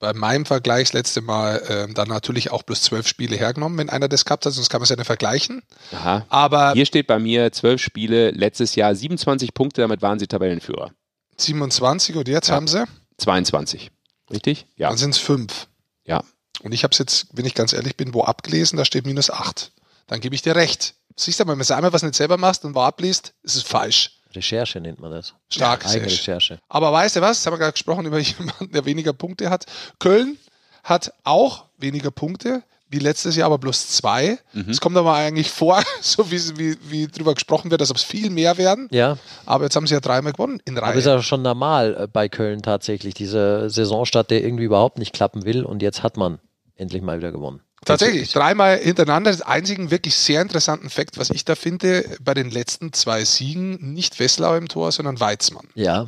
Speaker 1: bei meinem Vergleich das letzte Mal ähm, dann natürlich auch bloß zwölf Spiele hergenommen, wenn einer das gehabt hat, sonst kann man es ja nicht vergleichen.
Speaker 3: Aha.
Speaker 1: Aber
Speaker 3: Hier steht bei mir zwölf Spiele, letztes Jahr 27 Punkte, damit waren sie Tabellenführer.
Speaker 1: 27 und jetzt
Speaker 3: Ja.
Speaker 1: haben sie,
Speaker 3: 22. Richtig? Ja.
Speaker 1: dann sind es fünf.
Speaker 3: Ja.
Speaker 1: Und ich habe es jetzt, wenn ich ganz ehrlich bin, wo abgelesen, da steht minus acht. Dann gebe ich dir recht. Siehst du mal, wenn du einmal was nicht selber machst und wo abliest, ist es falsch.
Speaker 2: Recherche nennt man das.
Speaker 1: Stark,
Speaker 2: Eigene
Speaker 1: sehr schön.
Speaker 2: Recherche.
Speaker 1: Aber weißt du was? Das haben wir gerade gesprochen über <laughs> jemanden, der weniger Punkte hat. Köln hat auch weniger Punkte, wie letztes Jahr, aber bloß zwei.
Speaker 2: Mhm.
Speaker 1: Es kommt aber eigentlich vor, <laughs> so wie, wie, wie drüber gesprochen wird, als ob es viel mehr werden.
Speaker 2: Ja,
Speaker 1: Aber jetzt haben sie ja dreimal gewonnen in
Speaker 2: aber ist
Speaker 1: Reihe.
Speaker 2: ja schon normal äh, bei Köln tatsächlich, dieser Saisonstart, der irgendwie überhaupt nicht klappen will und jetzt hat man endlich mal wieder gewonnen.
Speaker 1: Tatsächlich, dreimal hintereinander. Das einzigen wirklich sehr interessanten Fakt, was ich da finde, bei den letzten zwei Siegen, nicht Wesslau im Tor, sondern Weizmann.
Speaker 2: Ja,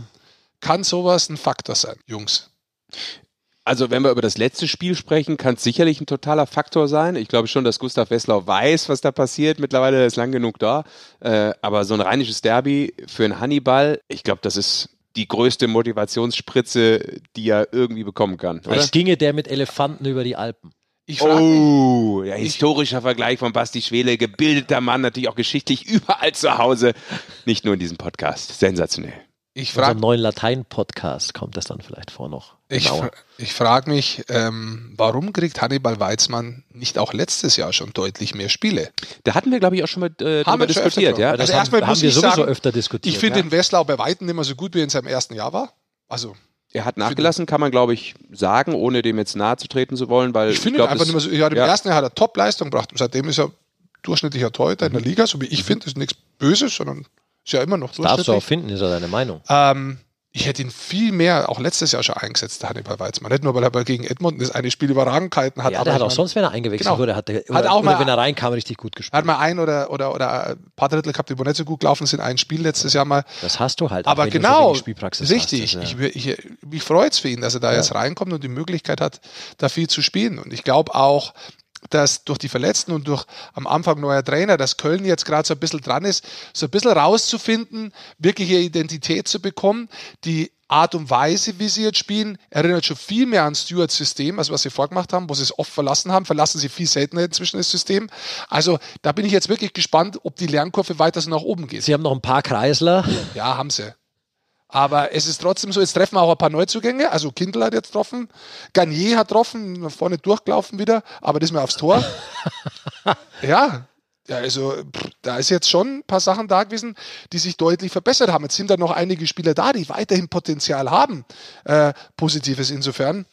Speaker 1: Kann sowas ein Faktor sein, Jungs?
Speaker 3: Also wenn wir über das letzte Spiel sprechen, kann es sicherlich ein totaler Faktor sein. Ich glaube schon, dass Gustav Wesslau weiß, was da passiert. Mittlerweile ist lang genug da. Äh, aber so ein rheinisches Derby für einen Hannibal, ich glaube, das ist die größte Motivationsspritze, die er irgendwie bekommen kann. Oder?
Speaker 2: als ginge der mit Elefanten über die Alpen.
Speaker 1: Ich frage mich,
Speaker 3: Oh, ja, historischer Vergleich von Basti Schwele, gebildeter Mann, natürlich auch geschichtlich <laughs> überall zu Hause, nicht nur in diesem Podcast. Sensationell.
Speaker 1: ich
Speaker 2: In
Speaker 1: frage
Speaker 2: unserem neuen Latein-Podcast kommt das dann vielleicht vor noch.
Speaker 1: Ich,
Speaker 2: Genauer.
Speaker 1: fra- ich frage mich, ähm, warum kriegt Hannibal Weizmann nicht auch letztes Jahr schon deutlich mehr Spiele?
Speaker 3: Da hatten wir, glaube ich, auch schon mal
Speaker 1: wir
Speaker 3: äh, drüber
Speaker 1: schon öfter
Speaker 3: diskutiert,
Speaker 1: drüber.
Speaker 3: ja.
Speaker 1: Also
Speaker 2: das
Speaker 1: erstmal
Speaker 2: haben,
Speaker 1: muss
Speaker 2: haben wir
Speaker 1: ich
Speaker 2: sowieso
Speaker 1: sagen,
Speaker 2: öfter diskutiert.
Speaker 1: Ich finde
Speaker 3: ja.
Speaker 1: den Weslau bei Weitem nicht mehr so gut, wie er in seinem ersten Jahr war. Also,
Speaker 3: Er hat nachgelassen, kann man, glaube ich, sagen, ohne dem jetzt nahe zu treten zu wollen, weil
Speaker 2: Äh,
Speaker 1: ich finde ihn
Speaker 3: glaub,
Speaker 1: einfach
Speaker 3: das-
Speaker 1: nicht mehr so. Ja, im
Speaker 3: ja.
Speaker 1: ersten Jahr hat er Top-Leistung gebracht und seitdem ist er durchschnittlicher Torhüter
Speaker 2: Mhm.
Speaker 1: in der Liga. So wie ich finde, ist nichts Böses, sondern ist ja immer noch
Speaker 2: Darfst du auch
Speaker 1: durchschnittlich.
Speaker 2: finden, ist ja deine Meinung.
Speaker 1: Ähm, ich hätte ihn viel mehr auch letztes Jahr schon eingesetzt, der Hannibal Weizmann. Nicht nur, weil er bei- gegen Edmonton das eine Spiel Überragentheiten hat.
Speaker 2: ja, der
Speaker 1: ich
Speaker 2: hat auch
Speaker 1: mein-
Speaker 2: sonst, wenn er eingewechselt
Speaker 1: Genau.
Speaker 2: wurde, hat, der,
Speaker 1: Hat auch
Speaker 2: oder
Speaker 1: mal-
Speaker 2: wenn er reinkam, richtig gut
Speaker 1: Er
Speaker 2: gespielt.
Speaker 1: hat mal ein oder, oder, oder ein paar Drittel gehabt, die wohl nicht so gut gelaufen sind. Ein Spiel letztes Jahr mal.
Speaker 2: Das hast du halt. auch
Speaker 1: Aber
Speaker 2: wenn du so
Speaker 1: genau,
Speaker 2: wenig Spielpraxis
Speaker 1: richtig.
Speaker 2: Hast, das,
Speaker 1: Ich,
Speaker 2: ja.
Speaker 1: wür- ich, mich freut es für ihn, dass er da jetzt reinkommt und die Möglichkeit hat, da viel zu spielen. Und ich glaube auch, dass durch die Verletzten und durch am Anfang neuer Trainer, dass Köln jetzt gerade so ein bisschen dran ist, so ein bisschen rauszufinden, wirklich ihre Identität zu bekommen, die Art und Weise, wie sie jetzt spielen, erinnert schon viel mehr an Stewarts System, als was sie vorgemacht haben, wo sie es oft verlassen haben. Verlassen sie viel seltener inzwischen das System. Also da bin ich jetzt wirklich gespannt, ob die Lernkurve weiter so nach oben geht.
Speaker 2: Sie haben noch ein paar Kreisler.
Speaker 1: Ja, haben sie. Aber es ist trotzdem so, jetzt treffen auch ein paar Neuzugänge. Also Kindl hat jetzt getroffen, Garnier hat getroffen, nach vorne durchgelaufen wieder, aber das ist mir aufs
Speaker 2: <laughs>
Speaker 1: Tor. ja. ja, also pff, da ist jetzt schon ein paar Sachen da gewesen, die sich deutlich verbessert haben. Jetzt sind da noch einige Spieler da, die weiterhin Potenzial haben. Äh, Positives insofern.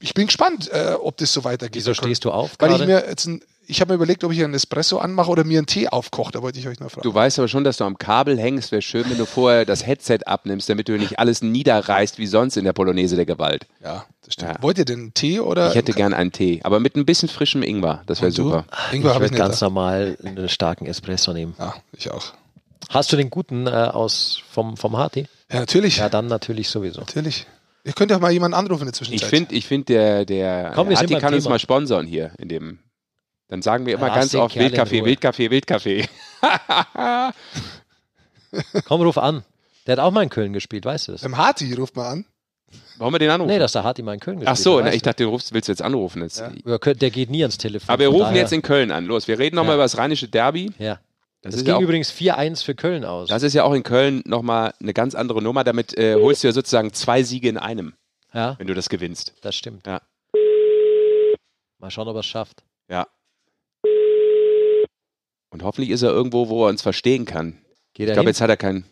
Speaker 1: Ich bin gespannt, äh, ob das so weitergeht.
Speaker 2: Wieso stehst du auf?
Speaker 1: Weil ich
Speaker 2: gerade?
Speaker 1: mir jetzt ein, ich habe mir überlegt, ob ich einen Espresso anmache oder mir einen Tee aufkoche. Da wollte ich euch noch fragen.
Speaker 3: Du weißt aber schon, dass du am Kabel hängst. Wäre schön, wenn du vorher das Headset abnimmst, damit du nicht alles niederreißt wie sonst in der Polonaise der Gewalt.
Speaker 1: Ja, das stimmt.
Speaker 3: Ja.
Speaker 1: Wollt ihr denn einen Tee oder?
Speaker 3: Ich hätte gern einen Tee, aber mit ein bisschen frischem Ingwer. Das wäre
Speaker 1: Und du?
Speaker 3: super.
Speaker 1: Ingwer
Speaker 2: ich
Speaker 1: habe ich
Speaker 2: würde
Speaker 1: nicht.
Speaker 2: ganz
Speaker 1: da.
Speaker 2: normal einen starken Espresso nehmen.
Speaker 1: Ja, ich auch.
Speaker 2: Hast du den guten äh, aus vom, vom Harti?
Speaker 1: Ja, natürlich.
Speaker 2: Ja, dann natürlich sowieso.
Speaker 1: Natürlich. Ihr könnt ja auch mal jemanden anrufen in der
Speaker 3: Ich
Speaker 1: Zwischenzeit.
Speaker 3: finde, ich find der, der,
Speaker 2: Komm, wir
Speaker 3: der
Speaker 2: sind
Speaker 3: Atti
Speaker 2: beim
Speaker 3: kann uns
Speaker 2: Thema.
Speaker 3: mal sponsern hier in dem. Dann sagen wir immer
Speaker 2: Ja, lass
Speaker 3: ganz
Speaker 2: den
Speaker 3: oft
Speaker 2: Kerl in
Speaker 3: Wildkaffee,
Speaker 2: Ruhe.
Speaker 3: Wildkaffee, Wildkaffee.
Speaker 2: Komm, ruf an. Der hat auch mal in Köln gespielt, weißt du das?
Speaker 1: Im Ähm, Hati ruft mal an.
Speaker 3: <laughs> Wollen wir den anrufen?
Speaker 2: Nee, dass der Harti mal in Köln
Speaker 3: Ach
Speaker 2: gespielt
Speaker 3: so,
Speaker 2: hat,
Speaker 3: ne,
Speaker 2: weißt
Speaker 3: ich dachte, du rufst, willst du jetzt anrufen. Jetzt.
Speaker 1: Ja.
Speaker 2: du? Über Köln- Der geht nie ans Telefon.
Speaker 3: Aber wir
Speaker 2: von
Speaker 3: rufen
Speaker 2: daher-
Speaker 3: jetzt in Köln an. Los, wir reden nochmal
Speaker 2: Ja.
Speaker 3: über das rheinische Derby.
Speaker 2: Ja.
Speaker 3: Das,
Speaker 2: Das
Speaker 3: ist
Speaker 2: ging
Speaker 3: ja auch
Speaker 2: übrigens 4-1 für Köln aus.
Speaker 3: Das ist ja auch in Köln nochmal eine ganz andere Nummer. Damit äh, holst du ja sozusagen zwei Siege in einem,
Speaker 2: ja,
Speaker 3: wenn du das gewinnst.
Speaker 2: das stimmt.
Speaker 3: Ja.
Speaker 2: Mal schauen, ob er es schafft.
Speaker 3: Ja. Und hoffentlich ist er irgendwo, wo er uns verstehen kann.
Speaker 2: Geht
Speaker 3: Ich
Speaker 2: er
Speaker 3: glaube,
Speaker 2: hin?
Speaker 3: jetzt hat er keinen.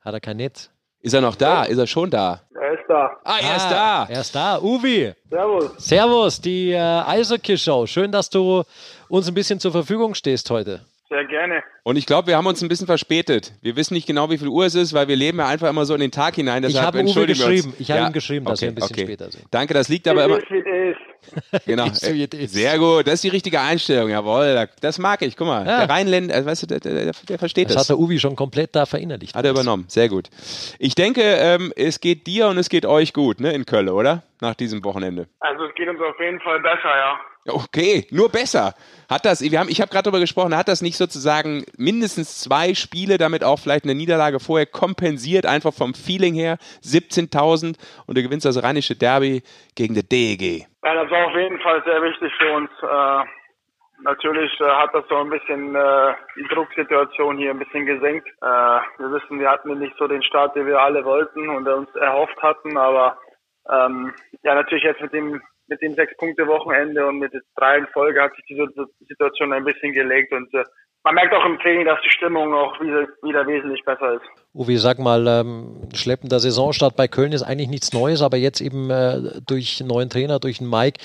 Speaker 2: Hat er kein Netz?
Speaker 3: Ist er noch da? Ist er schon da?
Speaker 4: Er ist ist da.
Speaker 3: Ah, er ist da.
Speaker 2: Er ist da. Uwe.
Speaker 4: Servus.
Speaker 2: Servus, die äh, Eishockey-Show. Schön, dass du uns ein bisschen zur Verfügung stehst heute.
Speaker 4: Sehr gerne.
Speaker 3: Und ich glaube, wir haben uns ein bisschen verspätet. Wir wissen nicht genau, wie viel Uhr es ist, weil wir leben ja einfach immer so in den Tag hinein.
Speaker 2: Ich
Speaker 3: Deshalb
Speaker 2: habe Uwe
Speaker 3: entschuldigen wir
Speaker 2: geschrieben.
Speaker 3: Uns.
Speaker 2: Ich habe
Speaker 3: Ja,
Speaker 2: ihm geschrieben, dass wir ein bisschen später sind.
Speaker 3: Danke, das liegt aber immer.
Speaker 4: Es ist, wie es ist.
Speaker 2: <laughs>
Speaker 3: Genau.
Speaker 2: Ist so, wie es ist.
Speaker 3: Sehr gut, das ist die richtige Einstellung, jawohl. da- Das mag ich, guck mal.
Speaker 2: Ja.
Speaker 3: Der Rheinländer, also, weißt du, der, der, der versteht
Speaker 2: Das
Speaker 3: das.
Speaker 2: hat der Uwe schon komplett da verinnerlicht.
Speaker 3: Hat er übernommen, sehr gut. Ich denke, ähm, es geht dir und es geht euch gut, ne, in Köln, oder? Nach diesem Wochenende.
Speaker 4: Also es geht uns auf jeden Fall besser, ja.
Speaker 3: Okay, nur besser. Hat das, wir haben, ich habe gerade darüber gesprochen, hat das nicht sozusagen mindestens zwei Spiele, damit auch vielleicht eine Niederlage vorher kompensiert, einfach vom Feeling her, 17.000 und du gewinnst das rheinische Derby gegen die DEG.
Speaker 4: Ja, das war auf jeden Fall sehr wichtig für uns. Äh, natürlich äh, hat das so ein bisschen äh, die Drucksituation hier ein bisschen gesenkt. Äh, wir wissen, wir hatten nicht so den Start, den wir alle wollten und uns erhofft hatten, aber ähm, ja, natürlich jetzt mit dem mit dem sechs Punkte Wochenende und mit den drei in Folge hat sich diese Situation ein bisschen gelegt und äh, man merkt auch im Training, dass die Stimmung auch wieder, wieder wesentlich besser ist.
Speaker 2: Uwe, sag mal, ähm, schleppender Saisonstart bei Köln ist eigentlich nichts Neues, aber jetzt eben äh, durch einen neuen Trainer, durch den Mike,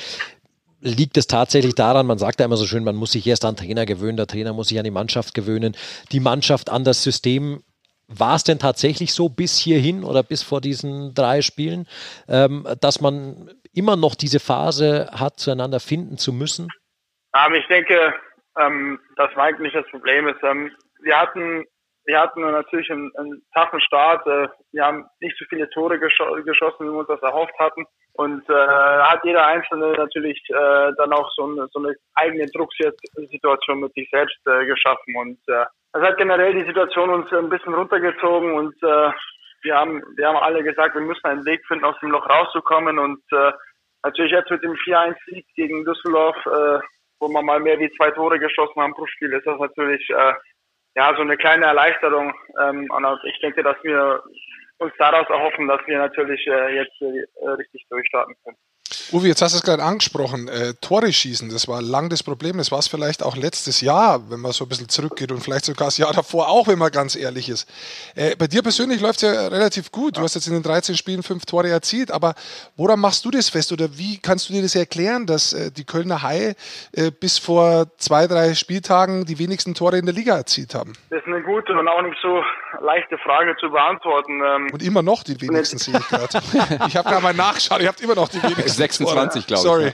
Speaker 2: liegt es tatsächlich daran, man sagt ja immer so schön, man muss sich erst an den Trainer gewöhnen, der Trainer muss sich an die Mannschaft gewöhnen, die Mannschaft an das System. War es denn tatsächlich so bis hierhin oder bis vor diesen drei Spielen, ähm, dass man immer noch diese Phase hat, zueinander finden zu müssen?
Speaker 4: Aber ich denke, ähm, das war eigentlich das Problem ist. Ähm, wir hatten, wir hatten natürlich einen, einen taffen Start. Äh, wir haben nicht so viele Tore gescho geschossen, wie wir uns das erhofft hatten. Und äh, hat jeder Einzelne natürlich äh, dann auch so eine, so eine eigene Drucksituation mit sich selbst äh, geschaffen. Und äh, das hat generell die Situation uns ein bisschen runtergezogen und äh, wir haben, wir haben alle gesagt, wir müssen einen Weg finden, aus dem Loch rauszukommen und äh, Natürlich jetzt mit dem 4-1-Sieg gegen Düsseldorf, äh, wo man mal mehr wie zwei Tore geschossen haben pro Spiel, ist das natürlich äh, ja so eine kleine Erleichterung. Ähm, und ich denke, dass wir uns daraus erhoffen, dass wir natürlich äh, jetzt äh, richtig durchstarten können.
Speaker 1: Uwe, jetzt hast du es gerade angesprochen, äh, Tore schießen, das war lang das Problem. Das war es vielleicht auch letztes Jahr, wenn man so ein bisschen zurückgeht und vielleicht sogar das Jahr davor auch, wenn man ganz ehrlich ist. Äh, bei dir persönlich läuft es ja relativ gut. Du hast jetzt in den 13 Spielen fünf Tore erzielt, aber woran machst du das fest oder wie kannst du dir das erklären, dass äh, die Kölner Haie äh, bis vor zwei, drei Spieltagen die wenigsten Tore in der Liga erzielt haben?
Speaker 4: Das ist eine gute und auch nicht so leichte Frage zu beantworten. Ähm,
Speaker 1: Und immer noch die wenigsten sehe ich gerade. Ich habe gerade mal nachgeschaut, ihr habt immer noch die wenigsten. Tore.
Speaker 3: 26, glaube
Speaker 1: Sorry.
Speaker 3: ich,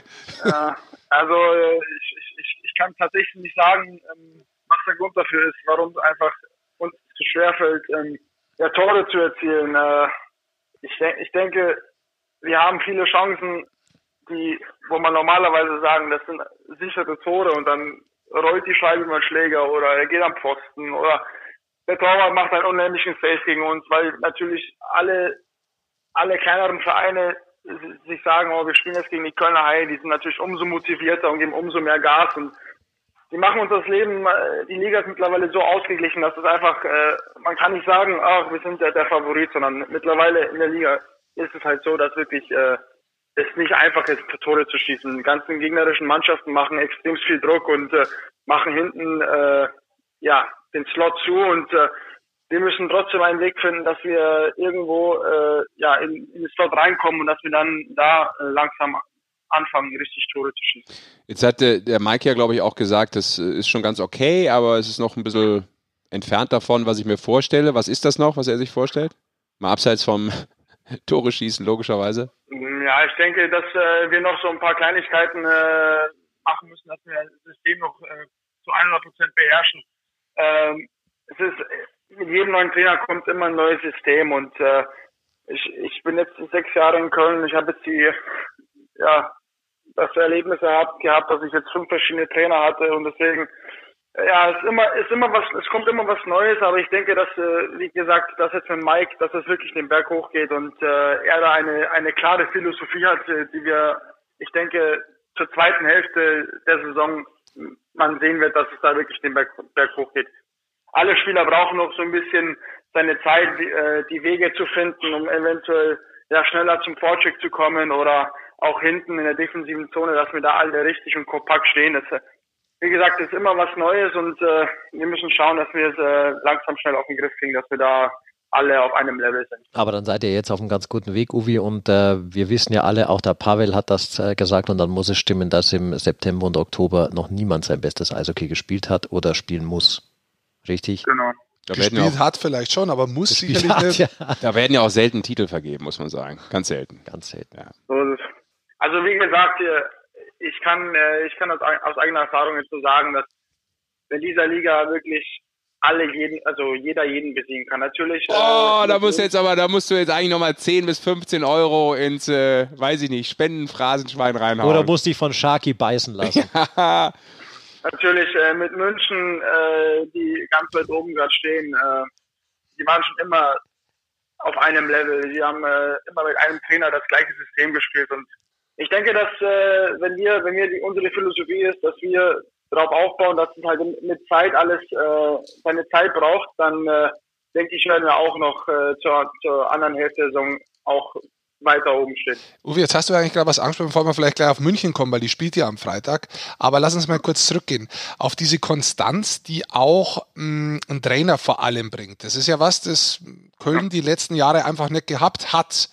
Speaker 3: ne?
Speaker 4: äh, also äh, ich, ich- ich, ich kann tatsächlich nicht sagen, ähm, was der Grund dafür ist, warum es einfach uns zu schwer fällt, ähm, ja, Tore zu erzielen. Äh, ich, denk- ich denke, wir haben viele Chancen, die, wo man normalerweise sagen, das sind sichere Tore und dann rollt die Scheibe über den Schläger oder er geht am Pfosten oder der Torwart macht einen unheimlichen Face gegen uns, weil natürlich alle alle kleineren Vereine si- sich sagen, oh, wir spielen jetzt gegen die Kölner Haie, die sind natürlich umso motivierter und geben umso mehr Gas und die machen uns das Leben, äh, die Liga ist mittlerweile so ausgeglichen, dass es einfach, äh, man kann nicht sagen, ach, wir sind der, der Favorit, sondern mittlerweile in der Liga ist es halt so, dass wirklich äh, es nicht einfach ist, Tore zu schießen. Die ganzen gegnerischen Mannschaften machen extrem viel Druck und äh, machen hinten äh, ja den Slot zu und äh, wir müssen trotzdem einen Weg finden, dass wir irgendwo äh, ja in, in den Slot reinkommen und dass wir dann da äh, langsam anfangen, richtig Tore zu schießen.
Speaker 3: Jetzt hat der, der Mike ja, glaube ich, auch gesagt, das äh, ist schon ganz okay, aber es ist noch ein bisschen entfernt davon, was ich mir vorstelle. Was ist das noch, was er sich vorstellt? Mal abseits vom <laughs> Tore schießen, logischerweise.
Speaker 4: Ja, ich denke, dass äh, wir noch so ein paar Kleinigkeiten äh, machen müssen, dass wir das System noch äh, zu 100 Prozent beherrschen. Ähm, es ist, äh, mit jedem neuen Trainer kommt immer ein neues System und äh, ich, ich bin jetzt sechs Jahre in Köln. Ich habe jetzt die, ja, das Erlebnis gehabt, gehabt, dass ich jetzt fünf verschiedene Trainer hatte und deswegen ja, es ist immer, ist immer was, es kommt immer was Neues, aber ich denke, dass, äh, wie gesagt, dass jetzt mit Mike, dass es wirklich den Berg hochgeht und äh, er da eine, eine klare Philosophie hat, äh, die wir, ich denke, zur zweiten Hälfte der Saison m, man sehen wird, dass es da wirklich den Berg, Berg hochgeht. Alle Spieler brauchen noch so ein bisschen seine Zeit, die, äh, die Wege zu finden, um eventuell ja schneller zum Vorcheck zu kommen oder auch hinten in der defensiven Zone, dass wir da alle richtig und kompakt stehen. Das, äh, wie gesagt, es ist immer was Neues und äh, wir müssen schauen, dass wir es äh, langsam schnell auf den Griff kriegen, dass wir da alle auf einem Level sind.
Speaker 2: Aber dann seid ihr jetzt auf einem ganz guten Weg, Uwe. Und äh, wir wissen ja alle, auch der Pavel hat das äh, gesagt. Und dann muss es stimmen, dass im September und Oktober noch niemand sein bestes Eishockey gespielt hat oder spielen muss. Richtig?
Speaker 4: Genau.
Speaker 3: Da werden, ja
Speaker 1: Gespielt
Speaker 3: auch,
Speaker 1: hat vielleicht schon, aber muss
Speaker 2: Gespielt
Speaker 1: sicherlich nicht.
Speaker 2: hat, <laughs> ja.
Speaker 3: da werden ja auch selten Titel vergeben, muss man sagen. Ganz selten.
Speaker 2: Ganz selten.
Speaker 4: So ist es. Also wie gesagt, hier, ich kann, äh, ich kann aus, ei- aus eigener Erfahrung jetzt so sagen, dass in dieser Liga wirklich alle jeden, also jeder jeden besiegen kann. Natürlich. äh,
Speaker 3: Oh, da musst du
Speaker 4: natürlich-
Speaker 3: jetzt aber, da musst du jetzt eigentlich nochmal 10 bis 15 Euro ins, äh, weiß ich nicht, Spendenphrasenschwein reinhauen.
Speaker 2: Oder musst dich von Sharky
Speaker 1: <laughs>
Speaker 2: beißen lassen.
Speaker 4: Natürlich äh, mit München, äh, die ganz weit oben gerade stehen, äh, die waren schon immer auf einem Level. Die haben äh, immer mit einem Trainer das gleiche System gespielt. Und ich denke, dass äh, wenn wir, wenn wir die, unsere Philosophie ist, dass wir darauf aufbauen, dass es halt mit Zeit alles äh, seine Zeit braucht, dann äh, denke ich, werden wir auch noch äh, zur, zur anderen Hälfte der Saison auch weiter oben stehen.
Speaker 1: Uwe, jetzt hast du eigentlich gerade was angesprochen, bevor wir vielleicht gleich auf München kommen, weil die spielt ja am Freitag. Aber lass uns mal kurz zurückgehen auf diese Konstanz, die auch mh, ein Trainer vor allem bringt. Das ist ja was, das Köln die letzten Jahre einfach nicht gehabt hat.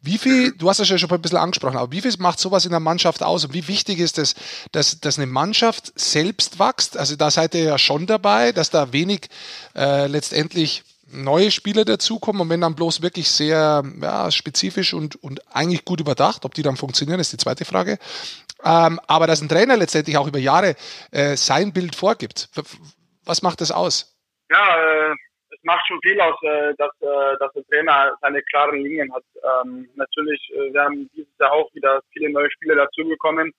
Speaker 1: Wie viel, du hast das ja schon ein bisschen angesprochen, aber wie viel macht sowas in der Mannschaft aus und wie wichtig ist es, dass, dass eine Mannschaft selbst wächst? Also da seid ihr ja schon dabei, dass da wenig äh, letztendlich neue Spieler dazukommen und wenn dann bloß wirklich sehr ja, spezifisch und, und eigentlich gut überdacht, ob die dann funktionieren, ist die zweite Frage. Ähm, aber dass ein Trainer letztendlich auch über Jahre äh, sein Bild vorgibt, W- was macht das aus?
Speaker 4: Ja, äh, es macht schon viel aus, äh, dass, äh, dass der Trainer seine klaren Linien hat. Ähm, natürlich, äh, wir haben dieses Jahr auch wieder viele neue Spieler dazugekommen.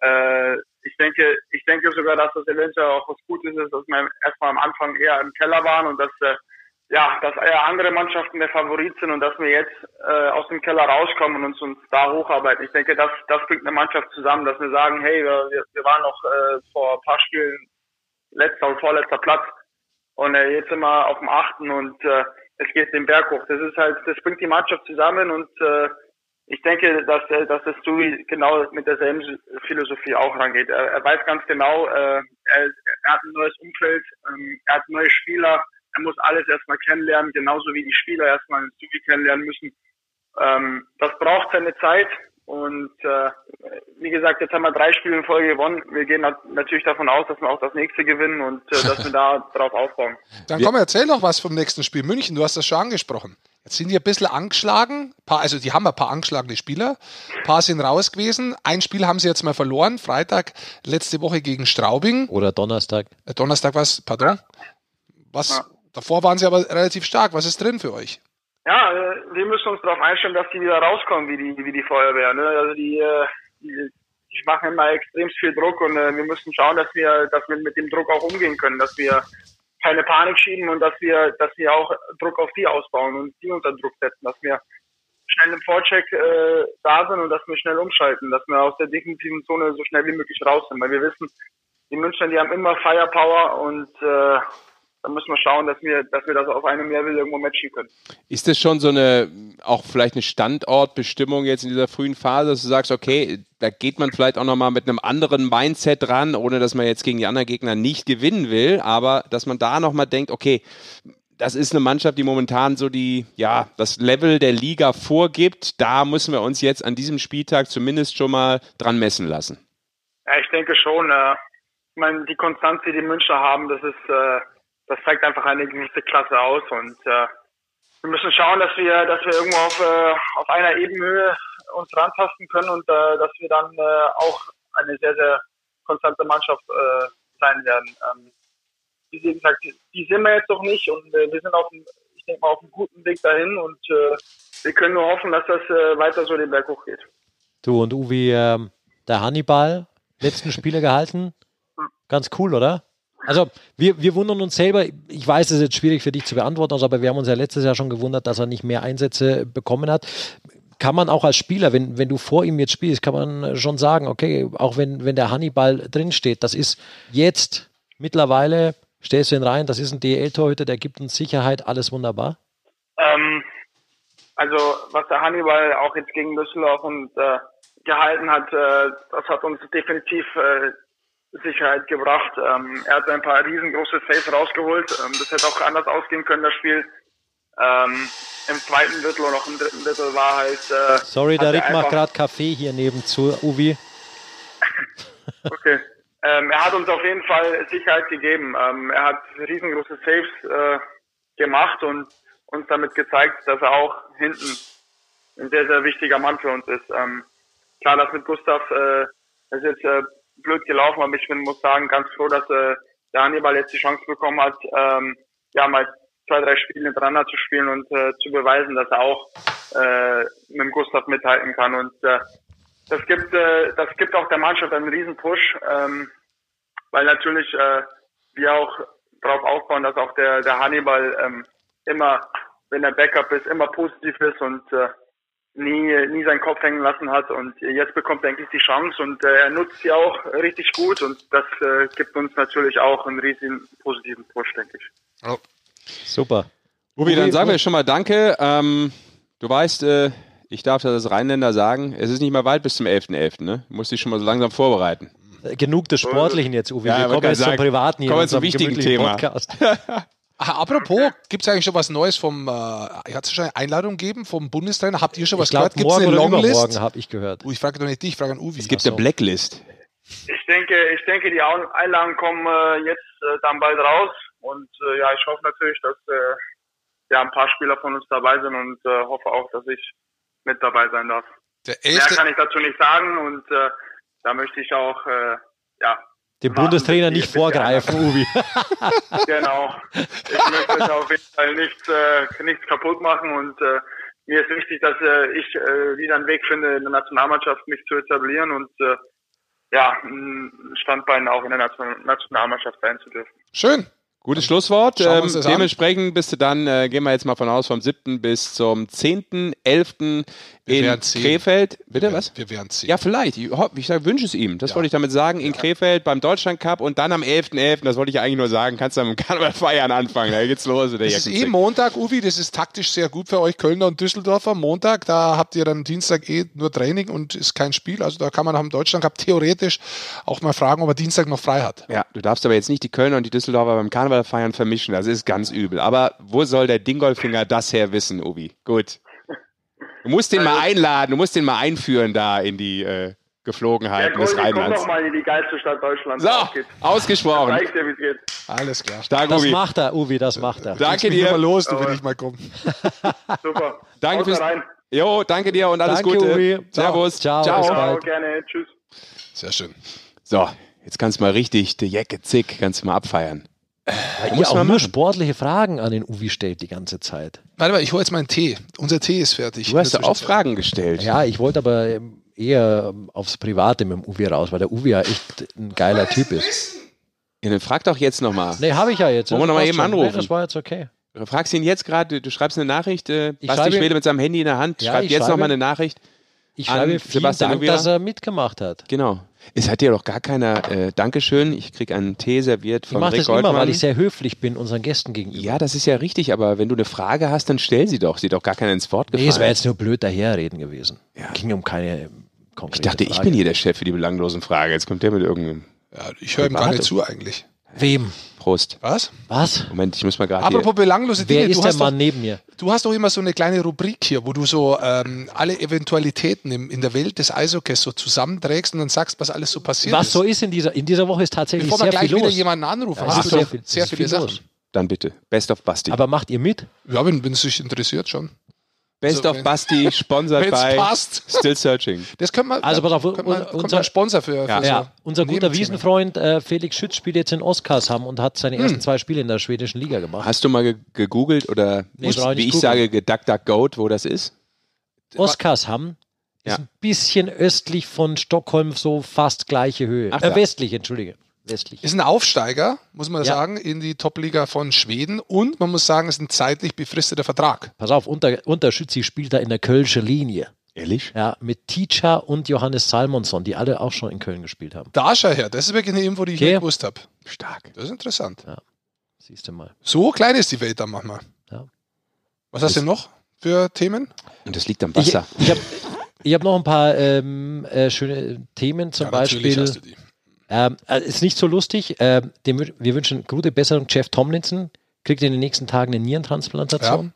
Speaker 4: Äh, ich denke, ich denke sogar, dass das eventuell auch was Gutes ist, dass wir erstmal am Anfang eher im Keller waren und dass äh, ja, dass eher andere Mannschaften der Favorit sind und dass wir jetzt äh, aus dem Keller rauskommen und uns, uns da hocharbeiten. Ich denke, das, das bringt eine Mannschaft zusammen, dass wir sagen, hey, wir, wir- wir waren noch äh, vor ein paar Spielen letzter und vorletzter Platz. Und äh, jetzt sind wir auf dem achten und äh, es geht den Berg hoch. Das ist halt, das bringt die Mannschaft zusammen und äh, ich denke, dass, äh, dass das Dewey genau mit derselben Philosophie auch rangeht. Er, er weiß ganz genau, äh, er, er hat ein neues Umfeld, ähm, er hat neue Spieler, er muss alles erstmal kennenlernen, genauso wie die Spieler erstmal den Dewey kennenlernen müssen. Ähm, das braucht seine Zeit und äh, wie gesagt, jetzt haben wir drei Spiele in Folge gewonnen. Wir gehen nat natürlich davon aus, dass wir auch das nächste gewinnen und äh, dass wir da drauf aufbauen.
Speaker 1: Dann
Speaker 3: Wir-
Speaker 1: komm, erzähl noch was vom nächsten Spiel München, du hast das schon angesprochen. Jetzt sind die ein bisschen angeschlagen, paar, also die haben ein paar angeschlagene Spieler, ein paar sind raus gewesen, ein Spiel haben sie jetzt mal verloren, Freitag letzte Woche gegen Straubing,
Speaker 2: Oder Donnerstag.
Speaker 1: äh, Donnerstag war es, pardon, was,
Speaker 4: Ja.
Speaker 1: davor waren sie aber relativ stark, was ist drin für euch?
Speaker 4: Ja, äh, wir müssen uns darauf einstellen, dass die wieder rauskommen, wie die, wie die Feuerwehr. Ne? Also die, äh, die, die machen immer extrem viel Druck und äh, wir müssen schauen, dass wir, dass wir mit dem Druck auch umgehen können, dass wir keine Panik schieben und dass wir, dass wir auch Druck auf die ausbauen und die unter Druck setzen, dass wir schnell im Vorcheck äh, da sind und dass wir schnell umschalten, dass wir aus der defensiven Zone so schnell wie möglich raus sind, weil wir wissen, die Münchner, die haben immer Firepower und äh, da müssen wir schauen, dass wir, dass wir das auf einem Level irgendwo matchen können.
Speaker 3: Ist das schon so eine, auch vielleicht eine Standortbestimmung jetzt in dieser frühen Phase, dass du sagst, okay, da geht man vielleicht auch nochmal mit einem anderen Mindset ran, ohne dass man jetzt gegen die anderen Gegner nicht gewinnen will, aber dass man da nochmal denkt, okay, das ist eine Mannschaft, die momentan so die, ja, das Level der Liga vorgibt. Da müssen wir uns jetzt an diesem Spieltag zumindest schon mal dran messen lassen.
Speaker 4: Ja, ich denke schon. Äh, ich meine, die Konstanz, die die Münchner haben, das ist, äh, das zeigt einfach eine gewisse Klasse aus. Und äh, wir müssen schauen, dass wir, dass wir irgendwo auf, äh, auf einer Ebenhöhe uns rantasten können und äh, dass wir dann äh, auch eine sehr, sehr konstante Mannschaft äh, sein werden. Ähm, wie gesagt, die sind wir jetzt noch nicht und äh, wir sind auf dem, ich denke mal, auf einem guten Weg dahin und äh, wir können nur hoffen, dass das äh, weiter so den Berg hochgeht.
Speaker 2: Du und Uwe, ähm, der Hannibal, letzten Spiele gehalten. Ganz cool, oder? Also, wir, wir wundern uns selber. Ich weiß, es ist jetzt schwierig für dich zu beantworten, also, aber wir haben uns ja letztes Jahr schon gewundert, dass er nicht mehr Einsätze bekommen hat. Kann man auch als Spieler, wenn, wenn du vor ihm jetzt spielst, kann man schon sagen, okay, auch wenn, wenn der Hannibal drinsteht, das ist jetzt mittlerweile, stellst du ihn rein, das ist ein DL-Torhüter, der gibt uns Sicherheit, alles wunderbar.
Speaker 4: Ähm, also was der Hannibal auch jetzt gegen Düsseldorf und äh, gehalten hat, äh, das hat uns definitiv äh, Sicherheit gebracht. Ähm, er hat ein paar riesengroße Saves rausgeholt. Ähm, das hätte auch anders ausgehen können, das Spiel. Ähm, Im zweiten Drittel und auch im dritten Drittel war halt. Äh,
Speaker 2: Sorry, der
Speaker 4: hat er
Speaker 2: Rick macht
Speaker 4: einfach-
Speaker 2: gerade Kaffee hier nebenzu, Uwe.
Speaker 4: Okay. Ähm, er hat uns auf jeden Fall Sicherheit gegeben. Ähm, er hat riesengroße Saves äh, gemacht und uns damit gezeigt, dass er auch hinten ein sehr, sehr wichtiger Mann für uns ist. Ähm, klar, das mit Gustav äh, ist jetzt äh, blöd gelaufen, aber ich bin, muss sagen, ganz froh, dass äh, der Hannibal jetzt die Chance bekommen hat, ähm, ja mal zwei, drei Spiele hintereinander zu spielen und äh, zu beweisen, dass er auch äh, mit dem Gustav mithalten kann. Und äh, das gibt, äh, das gibt auch der Mannschaft einen riesen Push, ähm, weil natürlich äh, wir auch darauf aufbauen, dass auch der, der Hannibal ähm, immer, wenn er Backup ist, immer positiv ist und äh, nie, nie seinen Kopf hängen lassen hat. Und jetzt bekommt er endlich die Chance und äh, er nutzt sie auch richtig gut und das äh, gibt uns natürlich auch einen riesen positiven Push, denke ich.
Speaker 3: Oh.
Speaker 2: Super.
Speaker 3: Ubi, dann sagen wir schon mal Danke. Ähm, du weißt, äh, ich darf das als Rheinländer sagen, es ist nicht mehr weit bis zum 11.11., ne? Du musst dich schon mal so langsam vorbereiten.
Speaker 2: Äh, Genug des Sportlichen jetzt, Uwe.
Speaker 3: Ja,
Speaker 2: wir
Speaker 3: aber
Speaker 2: kommen
Speaker 3: kann
Speaker 2: jetzt
Speaker 3: sagen,
Speaker 2: zum Privaten hier.
Speaker 3: kommen wir
Speaker 2: in
Speaker 3: zum
Speaker 2: unserem
Speaker 3: wichtigen
Speaker 2: gemütlichen
Speaker 3: Thema.
Speaker 2: Podcast.
Speaker 1: Ah, apropos, gibt es eigentlich schon was Neues vom, äh, hat es schon eine Einladung gegeben vom Bundestrainer? Habt ihr schon was
Speaker 2: Ich glaube,
Speaker 1: gehört? Gibt es
Speaker 2: morgen
Speaker 1: eine
Speaker 2: oder
Speaker 1: Longlist?
Speaker 2: übermorgen habe ich gehört.
Speaker 1: Oh, ich frage doch nicht dich, ich frage an Uwe.
Speaker 3: Es gibt eine Blacklist.
Speaker 4: Ich denke, ich denke, die Au- Einlagen kommen äh, jetzt äh, dann bald raus und äh, ja, ich hoffe natürlich, dass äh, ja ein paar Spieler von uns dabei sind und äh, hoffe auch, dass ich mit dabei sein darf.
Speaker 1: der
Speaker 4: Mehr
Speaker 1: 11.
Speaker 4: kann ich dazu nicht sagen und äh, da möchte ich auch äh,
Speaker 3: <laughs>
Speaker 4: ja
Speaker 2: Dem
Speaker 4: warten,
Speaker 2: Bundestrainer
Speaker 4: bis die-
Speaker 2: nicht
Speaker 4: bis die
Speaker 2: vorgreifen, Uwe.
Speaker 4: Genau. Ich möchte da auf jeden Fall nichts, äh, nichts kaputt machen und äh, mir ist wichtig, dass äh, ich äh, wieder einen Weg finde, in der Nationalmannschaft mich zu etablieren und äh, ja, ein Standbein auch in der Nation Nationalmannschaft sein zu dürfen.
Speaker 1: Schön.
Speaker 3: Gutes Schlusswort.
Speaker 1: Schauen wir
Speaker 3: Ähm,
Speaker 1: uns das an.
Speaker 3: dementsprechend bist du dann, äh, gehen wir jetzt mal von aus, vom 7. bis zum 10.11.
Speaker 1: Wir
Speaker 3: in
Speaker 1: werden sehen.
Speaker 3: Krefeld. Bitte, was?
Speaker 1: Wir werden sehen.
Speaker 3: Ja, vielleicht. Ich, hoff- ich sag, wünsche es ihm. Das wollte ich damit sagen. In Krefeld beim Deutschland Cup und dann am 11.11. Das wollte ich ja eigentlich nur sagen. Kannst du am Karneval feiern anfangen. Da geht's los. mit der
Speaker 1: Das ist eh
Speaker 3: Jackenzicke.
Speaker 1: Montag, Uwe, das ist taktisch sehr gut für euch Kölner und Düsseldorfer. Montag, da habt ihr dann Dienstag eh nur Training und ist kein Spiel. Also da kann man nach dem Deutschland Cup theoretisch auch mal fragen, ob er Dienstag noch frei hat.
Speaker 3: Ja, du darfst aber jetzt nicht die Kölner und die Düsseldorfer beim Karneval feiern vermischen. Das ist ganz übel. Aber wo soll der Dingolfinger das her wissen, Ubi? Gut. Du musst den
Speaker 4: Also-
Speaker 3: mal einladen, du musst den mal einführen da in die äh,
Speaker 4: Ja,
Speaker 3: Geflogenheiten
Speaker 4: Goldi,
Speaker 3: des
Speaker 4: komm
Speaker 3: Rheinlands.
Speaker 4: doch mal in die geilste Stadt Deutschlands.
Speaker 3: So,
Speaker 4: Auf geht's.
Speaker 3: ausgesprochen.
Speaker 4: Zeig dir, wie es geht.
Speaker 1: Alles klar.
Speaker 3: Stark,
Speaker 2: Das
Speaker 3: Ubi.
Speaker 2: macht er, Uwe, das macht er.
Speaker 3: Danke
Speaker 1: Bin mal
Speaker 3: dir.
Speaker 1: los, du
Speaker 4: Jawohl.
Speaker 1: will ich mal kommen.
Speaker 4: Super.
Speaker 3: <laughs> Danke
Speaker 4: Haut da
Speaker 3: fürs.
Speaker 4: rein.
Speaker 3: Jo, danke dir und alles
Speaker 2: Danke,
Speaker 3: Gute.
Speaker 2: Ubi.
Speaker 3: Servus.
Speaker 2: Ciao.
Speaker 3: Ciao.
Speaker 2: Ciao.
Speaker 4: Ciao,
Speaker 2: Bald.
Speaker 4: gerne. Tschüss.
Speaker 1: Sehr schön.
Speaker 3: So, jetzt kannst du mal richtig die Jacke zick, kannst du mal abfeiern.
Speaker 2: Weil ihr
Speaker 3: muss
Speaker 2: auch
Speaker 3: man
Speaker 2: nur
Speaker 3: machen.
Speaker 2: sportliche Fragen an den Uwe stellt die ganze Zeit.
Speaker 1: Warte mal, ich hole jetzt meinen Tee. Unser Tee ist fertig.
Speaker 3: Du hast ja auch
Speaker 1: Inzwischen-
Speaker 3: Fragen gestellt.
Speaker 2: Ja, ich wollte aber ähm, eher ähm, aufs Private mit dem Uwe raus, weil der Uwe ja echt ein geiler Typ ist.
Speaker 3: Ja, dann frag doch jetzt nochmal.
Speaker 2: Nee, habe ich ja jetzt.
Speaker 3: Wollen wir
Speaker 2: Das
Speaker 3: noch mal
Speaker 2: passt
Speaker 3: eben
Speaker 2: schon.
Speaker 3: anrufen?
Speaker 2: das war jetzt okay.
Speaker 3: Du Äh, fragst ihn jetzt gerade, du- du schreibst eine Nachricht, äh,
Speaker 2: Ich
Speaker 3: Basti
Speaker 2: schreibe-
Speaker 3: Schwede mit seinem Handy in der Hand,
Speaker 2: Ja,
Speaker 3: schreibt
Speaker 2: ich
Speaker 3: jetzt
Speaker 2: schreibe-
Speaker 3: nochmal eine Nachricht.
Speaker 2: Ich
Speaker 3: An
Speaker 2: schreibe vielen
Speaker 3: Sebastian
Speaker 2: Dank,
Speaker 3: Uvira.
Speaker 2: dass er mitgemacht hat.
Speaker 3: Genau. Es hat dir doch gar keiner äh, Dankeschön. Ich krieg einen Tee serviert
Speaker 2: Ich
Speaker 3: von
Speaker 2: mache
Speaker 3: Rick
Speaker 2: das immer, weil
Speaker 3: Goldmann.
Speaker 2: ich sehr höflich bin unseren Gästen gegenüber.
Speaker 3: ja, das ist ja richtig, aber wenn du eine Frage hast, dann stell sie doch. Sie hat doch gar keiner ins Wort
Speaker 2: Nee, es wäre
Speaker 3: gefallen.
Speaker 2: jetzt nur blöd daherreden gewesen. Ging um keine ähm, konkrete
Speaker 3: ich dachte, ich
Speaker 2: Frage.
Speaker 3: bin hier der Chef für die belanglosen Fragen. Jetzt kommt der mit irgendeinem
Speaker 1: Ja, ich höre ihm gar nicht zu eigentlich.
Speaker 2: Wem?
Speaker 3: Prost.
Speaker 1: Was?
Speaker 2: Was?
Speaker 3: Moment, ich muss mal gerade hier.
Speaker 1: Apropos belanglose
Speaker 2: Wer
Speaker 1: Dinge,
Speaker 2: ist
Speaker 1: du
Speaker 2: der
Speaker 1: hast, doch,
Speaker 2: Mann neben mir?
Speaker 1: du hast doch immer so eine kleine Rubrik hier, wo du so ähm, alle Eventualitäten im, in der Welt des Eishockeys so zusammenträgst und dann sagst, was alles so passiert
Speaker 2: Was
Speaker 1: ist.
Speaker 2: so ist in dieser, in dieser Woche ist tatsächlich
Speaker 1: Bevor wir
Speaker 2: sehr
Speaker 1: gleich
Speaker 2: viel
Speaker 1: wieder
Speaker 2: los.
Speaker 1: jemanden anrufen,
Speaker 2: Ja, es
Speaker 1: hast
Speaker 2: ist
Speaker 1: du
Speaker 2: sehr
Speaker 1: doch
Speaker 2: viel- es
Speaker 1: sehr
Speaker 2: ist
Speaker 1: viele
Speaker 2: viel
Speaker 1: Sachen.
Speaker 2: los.
Speaker 3: Dann bitte. Best of Basti.
Speaker 2: Aber macht ihr mit?
Speaker 1: Ja, wenn wenn es sich interessiert schon.
Speaker 3: Best
Speaker 1: so,
Speaker 3: of
Speaker 1: wenn-
Speaker 2: <laughs>
Speaker 3: Basti, sponsored
Speaker 1: Wenn's
Speaker 3: by
Speaker 1: passt.
Speaker 3: Still Searching.
Speaker 1: Das können wir.
Speaker 2: Also,
Speaker 1: da
Speaker 2: pass auf,
Speaker 1: könnte man,
Speaker 2: un-
Speaker 1: kommt
Speaker 2: unser-
Speaker 1: ein Sponsor für. für
Speaker 3: Ja.
Speaker 1: so
Speaker 2: ja, unser guter
Speaker 1: Nebenthemen.
Speaker 2: Wiesenfreund äh, Felix Schütz spielt jetzt in Oskarshamn und hat
Speaker 1: Hm.
Speaker 2: seine ersten zwei Spiele in der schwedischen Liga gemacht.
Speaker 3: Hast du mal ge gegoogelt oder
Speaker 2: Nee, brauch ich
Speaker 3: wie
Speaker 2: nicht
Speaker 3: ich
Speaker 2: googeln.
Speaker 3: sage, geduckduckgoat, wo das ist?
Speaker 2: Oskarshamn
Speaker 3: Ja.
Speaker 2: ist ein bisschen östlich von Stockholm, so fast gleiche Höhe.
Speaker 3: Ach,
Speaker 2: äh,
Speaker 3: ja.
Speaker 2: westlich, entschuldige. Westlich.
Speaker 1: Ist ein Aufsteiger, muss man
Speaker 2: Ja.
Speaker 1: sagen, in die Topliga von Schweden. Und man muss sagen, es ist ein zeitlich befristeter Vertrag.
Speaker 2: Pass auf, unter, Unterschützi spielt da in der Kölsche Linie.
Speaker 3: Ehrlich?
Speaker 2: Ja, mit Teacher und Johannes Salmonsson, die alle auch schon in Köln gespielt haben.
Speaker 1: Da schau her, das ist wirklich eine Info, die ich
Speaker 2: Okay.
Speaker 1: nicht gewusst habe.
Speaker 3: Stark.
Speaker 1: Das ist interessant.
Speaker 2: Siehst du mal.
Speaker 1: So klein ist die Welt dann manchmal.
Speaker 2: Ja.
Speaker 1: Was hast du noch für Themen?
Speaker 3: Und das liegt am
Speaker 2: Ich, ich
Speaker 3: Wasser.
Speaker 2: habe ich hab noch ein paar ähm, äh, schöne Themen, zum
Speaker 1: natürlich Also,
Speaker 2: Beispiel.
Speaker 1: hast du die.
Speaker 2: Ähm, äh, ist nicht so lustig. Ähm, dem, wü- wir wünschen gute Besserung. Jeff Tomlinson kriegt in den nächsten Tagen eine Nierentransplantation.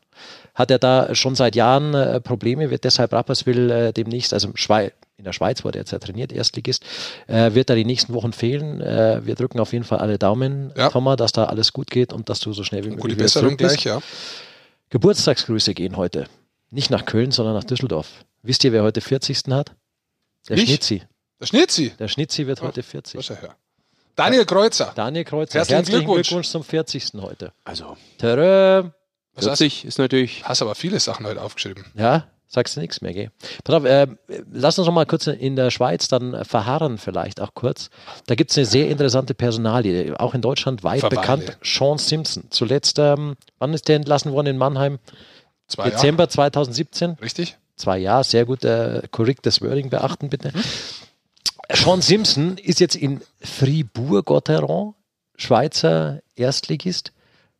Speaker 2: hat er da schon seit Jahren äh, Probleme, wird deshalb Rapperswil äh, demnächst, also Schwei in der Schweiz wurde er jetzt ja trainiert, Erstligist, äh, wird da die nächsten Wochen fehlen. Äh, wir drücken auf jeden Fall alle Daumen,
Speaker 1: Ja.
Speaker 2: Thomas, dass da alles gut geht und dass du so schnell wie möglich
Speaker 1: Gute
Speaker 2: wieder
Speaker 1: Besserung
Speaker 2: zurück bist.
Speaker 1: gleich, ja.
Speaker 2: Geburtstagsgrüße gehen heute. Nicht nach Köln, sondern nach Düsseldorf. Wisst ihr, wer heute 40. hat? Der
Speaker 1: Ich?
Speaker 2: Schnitzi.
Speaker 1: Da schneit sie.
Speaker 2: Der Schnitzi wird heute
Speaker 1: Was
Speaker 2: 40.
Speaker 1: er hört. Daniel Kreuzer.
Speaker 2: Daniel Kreuzer,
Speaker 1: Herzlichen
Speaker 2: herzlichen,
Speaker 1: Glückwunsch.
Speaker 2: Glückwunsch. zum 40. heute.
Speaker 3: Also,
Speaker 2: Törö.
Speaker 1: Was hast
Speaker 3: 40 ist natürlich.
Speaker 1: Hast aber viele Sachen heute aufgeschrieben.
Speaker 2: Ja, sagst du nichts mehr, gell? Pass auf, äh, lass uns noch mal kurz in der Schweiz dann äh, verharren, vielleicht auch kurz. Da gibt es eine sehr interessante Personalie, auch in Deutschland weit
Speaker 1: Verwarre.
Speaker 2: bekannt, Sean Simpson. Zuletzt, ähm, wann ist der entlassen worden in Mannheim?
Speaker 1: Zwei Jahre.
Speaker 2: Dezember 2017.
Speaker 1: Richtig?
Speaker 2: Zwei Jahre, sehr gut, äh, korrektes Wording beachten, bitte. Sean Simpson ist jetzt in Fribourg-Gotteron, Schweizer Erstligist.